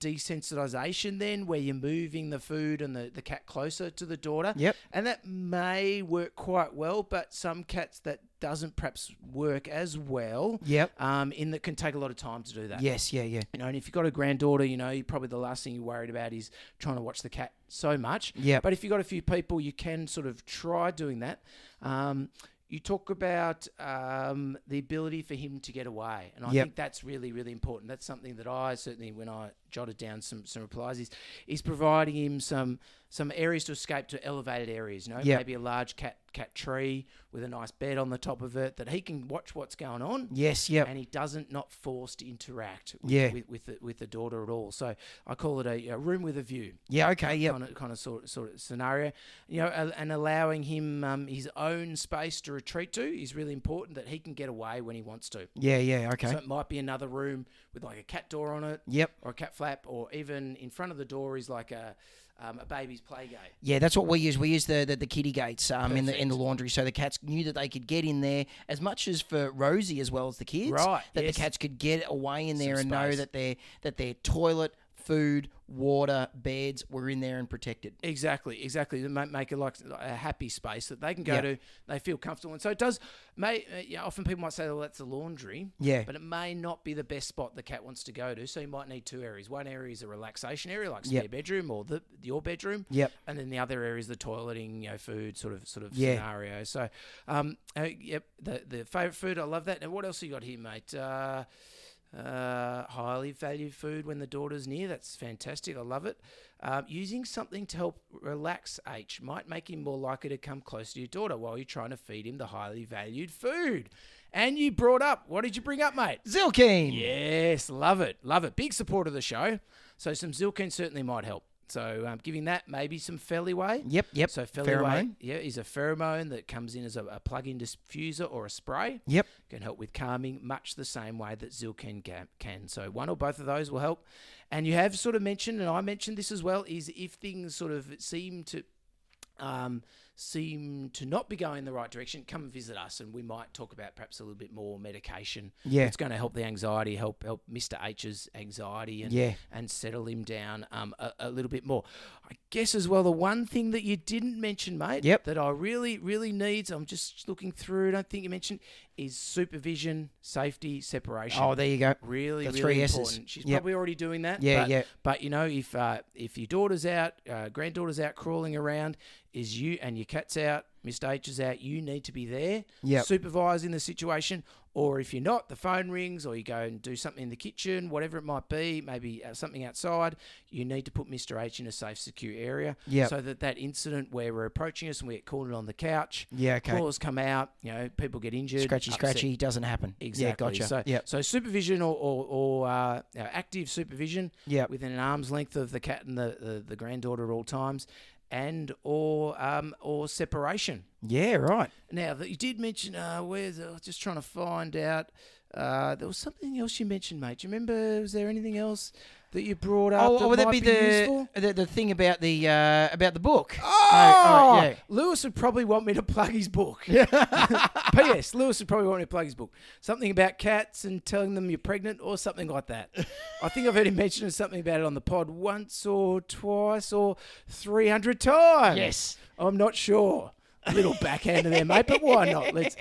S3: desensitization then where you're moving the food and the, the cat closer to the daughter
S2: Yep.
S3: and that may work quite well but some cats that doesn't perhaps work as well
S2: Yep.
S3: um, in that can take a lot of time to do
S2: (laughs)
S3: that
S2: Yes, yeah, yeah.
S3: you know, and if you've got a granddaughter, you know, you probably the last thing you're worried about is trying to watch the cat so much.
S2: Yep.
S3: But if you've got a few people, you can sort of try doing that. Um, you talk about um, the ability for him to get away, and I
S2: Yep.
S3: think that's really, really important. That's something that I certainly, when I jotted down some some replies, is is providing him some some areas to escape to elevated areas. You know,
S2: Yep.
S3: maybe a large cat cat tree with a nice bed on the top of it that he can watch what's going on
S2: Yes, yep.
S3: and he doesn't not forced to interact with,
S2: Yeah.
S3: with, with, the, with the daughter at all. So I call it a, a room with a view
S2: Yeah, okay, yep.
S3: kind of kind of sort sort of scenario, you know, a- and allowing him um, his own space to retreat to is really important that he can get away when he wants to.
S2: Yeah, yeah, okay.
S3: So it might be another room with like a cat door on it,
S2: Yep.
S3: or a cat flap, or even in front of the door is like a um, a baby's play gate.
S2: Yeah, that's what we use. We use the the, the kitty gates um, in the in the
S3: Perfect.
S2: laundry, so the cats knew that they could get in there as much as for Rosie as well as the kids.
S3: Right,
S2: that
S3: yes.
S2: the cats could get away in there
S3: Some
S2: and know
S3: space.
S2: that their that their toilet, food, water, beds were in there and protected.
S3: Exactly, exactly. They make, make it like a happy space that they can go
S2: Yeah.
S3: to. They feel comfortable, and so it does. May uh, yeah, often people might say, "Well, that's the laundry."
S2: Yeah.
S3: but it may not be the best spot the cat wants to go to. So you might need two areas. One area is a relaxation area, like
S2: Yep.
S3: spare bedroom or the your bedroom.
S2: Yep.
S3: and then the other area is the toileting, you know, food sort of sort of
S2: Yeah.
S3: scenario. So, um, uh, yep, the the favorite food. I love that. And what else you got here, mate? Uh, uh, highly valued food when the daughter's near. That's fantastic. I love it. Um, using something to help relax H might make him more likely to come closer to your daughter while you're trying to feed him the highly valued food. And you brought up, what did you bring up, mate?
S2: Zilkeen.
S3: Yes, love it. Love it. Big support of the show. So some Zilkin certainly might help. So um, giving that maybe some Feliway.
S2: Yep, yep.
S3: So Feliway,
S2: Pheromone.
S3: yeah, is a pheromone that comes in as a, a plug-in diffuser or a spray.
S2: Yep.
S3: Can help with calming, much the same way that Zilken ga- can. So one or both of those will help. And you have sort of mentioned, and I mentioned this as well, is if things sort of seem to um, seem to not be going in the right direction, come and visit us, and we might talk about perhaps a little bit more medication.
S2: Yeah.
S3: it's going to help the anxiety, help help Mister H's anxiety, and
S2: Yeah.
S3: and settle him down um, a, a little bit more. I guess as well, the one thing that you didn't mention, mate,
S2: Yep.
S3: that I really really needs, I'm just looking through. I don't think you mentioned is supervision, safety, separation.
S2: Oh, there you go.
S3: Really,
S2: The
S3: really
S2: three S's.
S3: important. She's
S2: Yep.
S3: probably already doing that.
S2: Yeah,
S3: but,
S2: yeah.
S3: But you know, if uh, if your daughter's out, uh, granddaughter's out crawling around, is you and your cat's out, Mr H is out, you need to be there,
S2: Yep.
S3: supervising the situation. Or if you're not, the phone rings, or you go and do something in the kitchen, whatever it might be, maybe uh, something outside. You need to put Mr H in a safe, secure area,
S2: Yep.
S3: so that that incident where we're approaching us and we get caught on the couch,
S2: Yeah, okay.
S3: claws come out, you know, people get injured,
S2: Scratchy,
S3: upset
S2: scratchy doesn't happen.
S3: Exactly.
S2: Yeah, gotcha.
S3: So,
S2: yep.
S3: so supervision or, or, or uh, you know, active supervision
S2: Yep.
S3: within an arm's length of the cat and the, the, the granddaughter at all times, and or um, or separation.
S2: Yeah, right.
S3: Now that you did mention, uh, where's I was just trying to find out. Uh, there was something else you mentioned, mate. Do you remember? Was there anything else that you brought up?
S2: Oh,
S3: that
S2: would that
S3: might
S2: be,
S3: useful?
S2: the, the the thing about the uh, about the book?
S3: Oh,
S2: Oh, all right, yeah.
S3: Lewis would probably want me to plug
S2: (laughs)
S3: his book. P.S. Lewis would probably want me to plug his book. Something about cats and telling them you're pregnant or something like that. I think I've heard him mention something about it on the pod once or twice or 300 times.
S2: Yes.
S3: I'm not sure. A little backhander there, mate, but why not? Let's,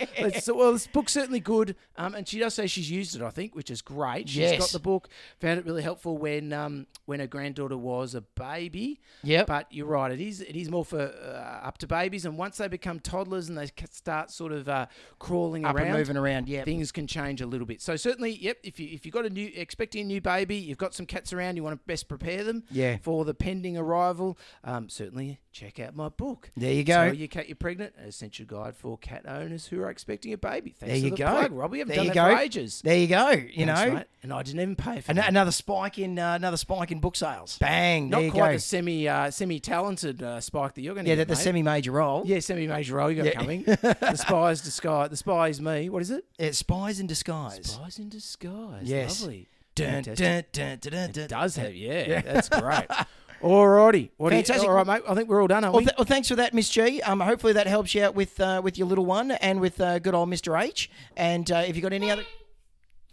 S2: (laughs)
S3: let's, so, well, this book's certainly good. Um, and she does say she's used it, I think, which is great. She's
S2: Yes.
S3: got the book, found it really helpful when, um, when her granddaughter was a baby.
S2: Yep.
S3: But you're right. It is. It is more for uh, up to babies, and once they become toddlers and they ca- start sort of uh, crawling
S2: Up
S3: around,
S2: and moving around. Yeah.
S3: things can change a little bit. So certainly, yep. If you if you've got a new expecting a new baby, you've got some cats around, you want to best prepare them
S2: Yeah.
S3: for the pending arrival. Um, certainly, check out my book.
S2: There you go.
S3: So your cat, you're pregnant, an essential guide for cat owners who are expecting a baby. Thanks
S2: There
S3: for
S2: you
S3: the
S2: go.
S3: plug, Robbie. I've
S2: There
S3: done
S2: you
S3: that for
S2: go.
S3: ages.
S2: There you go. You
S3: Thanks,
S2: know,
S3: mate. and I didn't even pay for
S2: An-
S3: that.
S2: another spike in uh, another spike in book sales. Bang.
S3: Not
S2: there you
S3: quite
S2: go.
S3: the semi uh, semi talented uh, spike that you're going to
S2: yeah,
S3: get.
S2: that the
S3: mate.
S2: semi-major role.
S3: Yeah, semi-major role you got
S2: Yeah. (laughs)
S3: coming. the spies disguise. The spies me. What is it?
S2: It's spies in disguise.
S3: Spies in disguise.
S2: Yes.
S3: Lovely.
S2: Dun,
S3: Fantastic.
S2: dun, dun, dun, dun, dun.
S3: Does have yeah, That's great.
S2: (laughs)
S3: Alrighty. What do you-
S2: Fantastic.
S3: all right, mate. I think we're all done. Aren't
S2: Well,
S3: we?
S2: th- well, thanks for that, Miss G. Um, hopefully that helps you out with uh, with your little one and with uh, good old Mister H. And uh, if you got any other,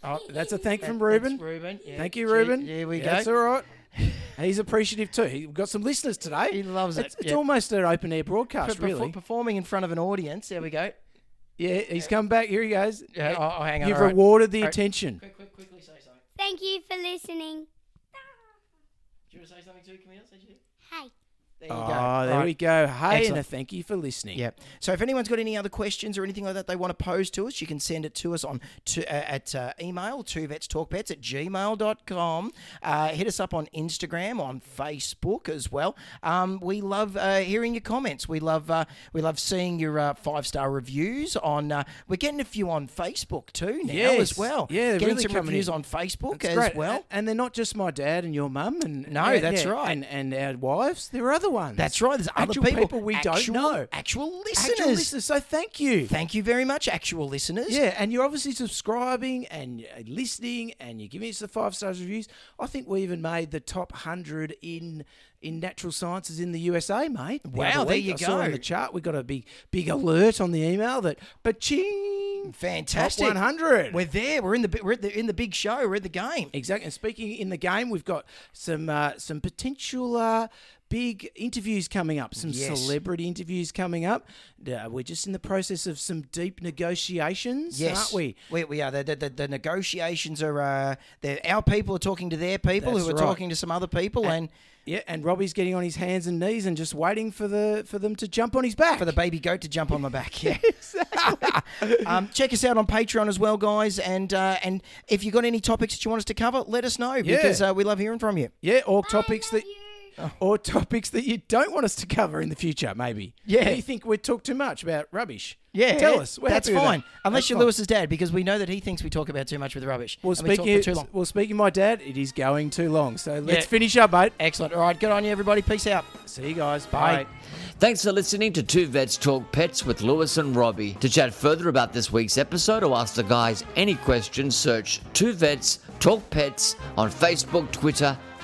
S3: Oh, that's a thank from Ruben.
S2: That's Ruben. Yeah.
S3: Thank you, Ruben.
S2: Gee, There we go.
S3: That's
S2: (laughs)
S3: all right. He's appreciative too. He- We've got some listeners today.
S2: He loves it,
S3: It's, it's
S2: yeah.
S3: almost an open air broadcast,
S2: Perfor-
S3: really.
S2: Performing in front of an audience. There we go.
S3: Yeah, he's come back. Here he goes.
S2: Yeah, oh, oh, hang on.
S3: You've
S2: all right.
S3: rewarded the attention.
S2: Quick, quick, quickly say something.
S4: Thank you for listening.
S2: Do you want to say something to Camille? Say something?
S4: Hey.
S2: There you
S3: Oh,
S2: go.
S3: there
S2: All right.
S3: we go. Hey, and
S2: Excellent.
S3: a thank you for listening.
S2: Yeah. So if anyone's got any other questions or anything like that they want to pose to us, you can send it to us on to, uh, at uh, email, two vetstalkpets at gmail.com. Uh, hit us up on Instagram, on Facebook as well. Um, we love uh, hearing your comments. We love uh, we love seeing your uh, five star reviews on. Uh, we're getting a few on Facebook too now
S3: Yes.
S2: as well.
S3: Yeah, they're
S2: getting
S3: really
S2: some
S3: coming
S2: reviews
S3: in.
S2: on Facebook
S3: It's
S2: as
S3: great.
S2: well.
S3: A- And they're not just my dad and your mum, and
S2: No,
S3: yeah,
S2: that's
S3: yeah,
S2: right.
S3: and and our wives. There are other ones.
S2: That's right. There's other
S3: Actual
S2: people,
S3: we
S2: actual-
S3: don't know.
S2: actual
S3: Actual
S2: listeners.
S3: listeners. So thank you.
S2: Thank you very much, actual listeners.
S3: yeah, and you're obviously subscribing and uh, listening, and you're giving us the five stars reviews. I think we even made the top hundred in in natural sciences in the USA, mate. the
S2: Wow,
S3: other
S2: there
S3: week.
S2: you
S3: I Saw on
S2: go.
S3: the chart, we got a big big alert on the email that ba-ching,
S2: Fantastic.
S3: top 100.
S2: We're there. We're in the bi- we're at the, in the big show. We're at the game.
S3: Exactly. And speaking in the game, we've got some uh, some potential uh, big interviews coming up. Some
S2: Yes.
S3: celebrity interviews coming up. Uh, we're just in the process of some deep negotiations, aren't we?
S2: We, we are. The, the, the, the negotiations are. Uh, they're- our people are talking to their people,
S3: That's
S2: who are
S3: right.
S2: talking to some other people, and,
S3: Yeah. And Robbie's getting on his hands and knees and just waiting for the for them to jump on his back.
S2: for the baby goat to jump on my back.
S3: (laughs)
S2: Yeah. (laughs) um, check us out on Patreon as well, guys. And uh, and if you've got any topics that you want us to cover, let us know because uh, we love hearing from you.
S3: yeah, or topics that.
S4: you.
S3: or topics that you don't want us to cover in the future, maybe.
S2: Yeah.
S3: You think we talk too much about rubbish.
S2: Yeah,
S3: Tell us. We're
S2: that's
S3: happy with that.
S2: fine. Unless
S3: That's
S2: you're
S3: fine.
S2: Lewis's dad, because we know that he thinks we talk about too much with rubbish.
S3: Well,
S2: and we talk
S3: speaking,
S2: for too long.
S3: well, speaking of my dad, it is going too long. So let's
S2: Yeah.
S3: finish up, mate.
S2: Excellent. All right, good on you, everybody. Peace out.
S3: See you guys.
S2: Bye.
S3: Bye.
S1: Thanks for listening to Two Vets Talk Pets with Lewis and Robbie. To chat further about this week's episode or ask the guys any questions, search Two Vets Talk Pets on Facebook, Twitter,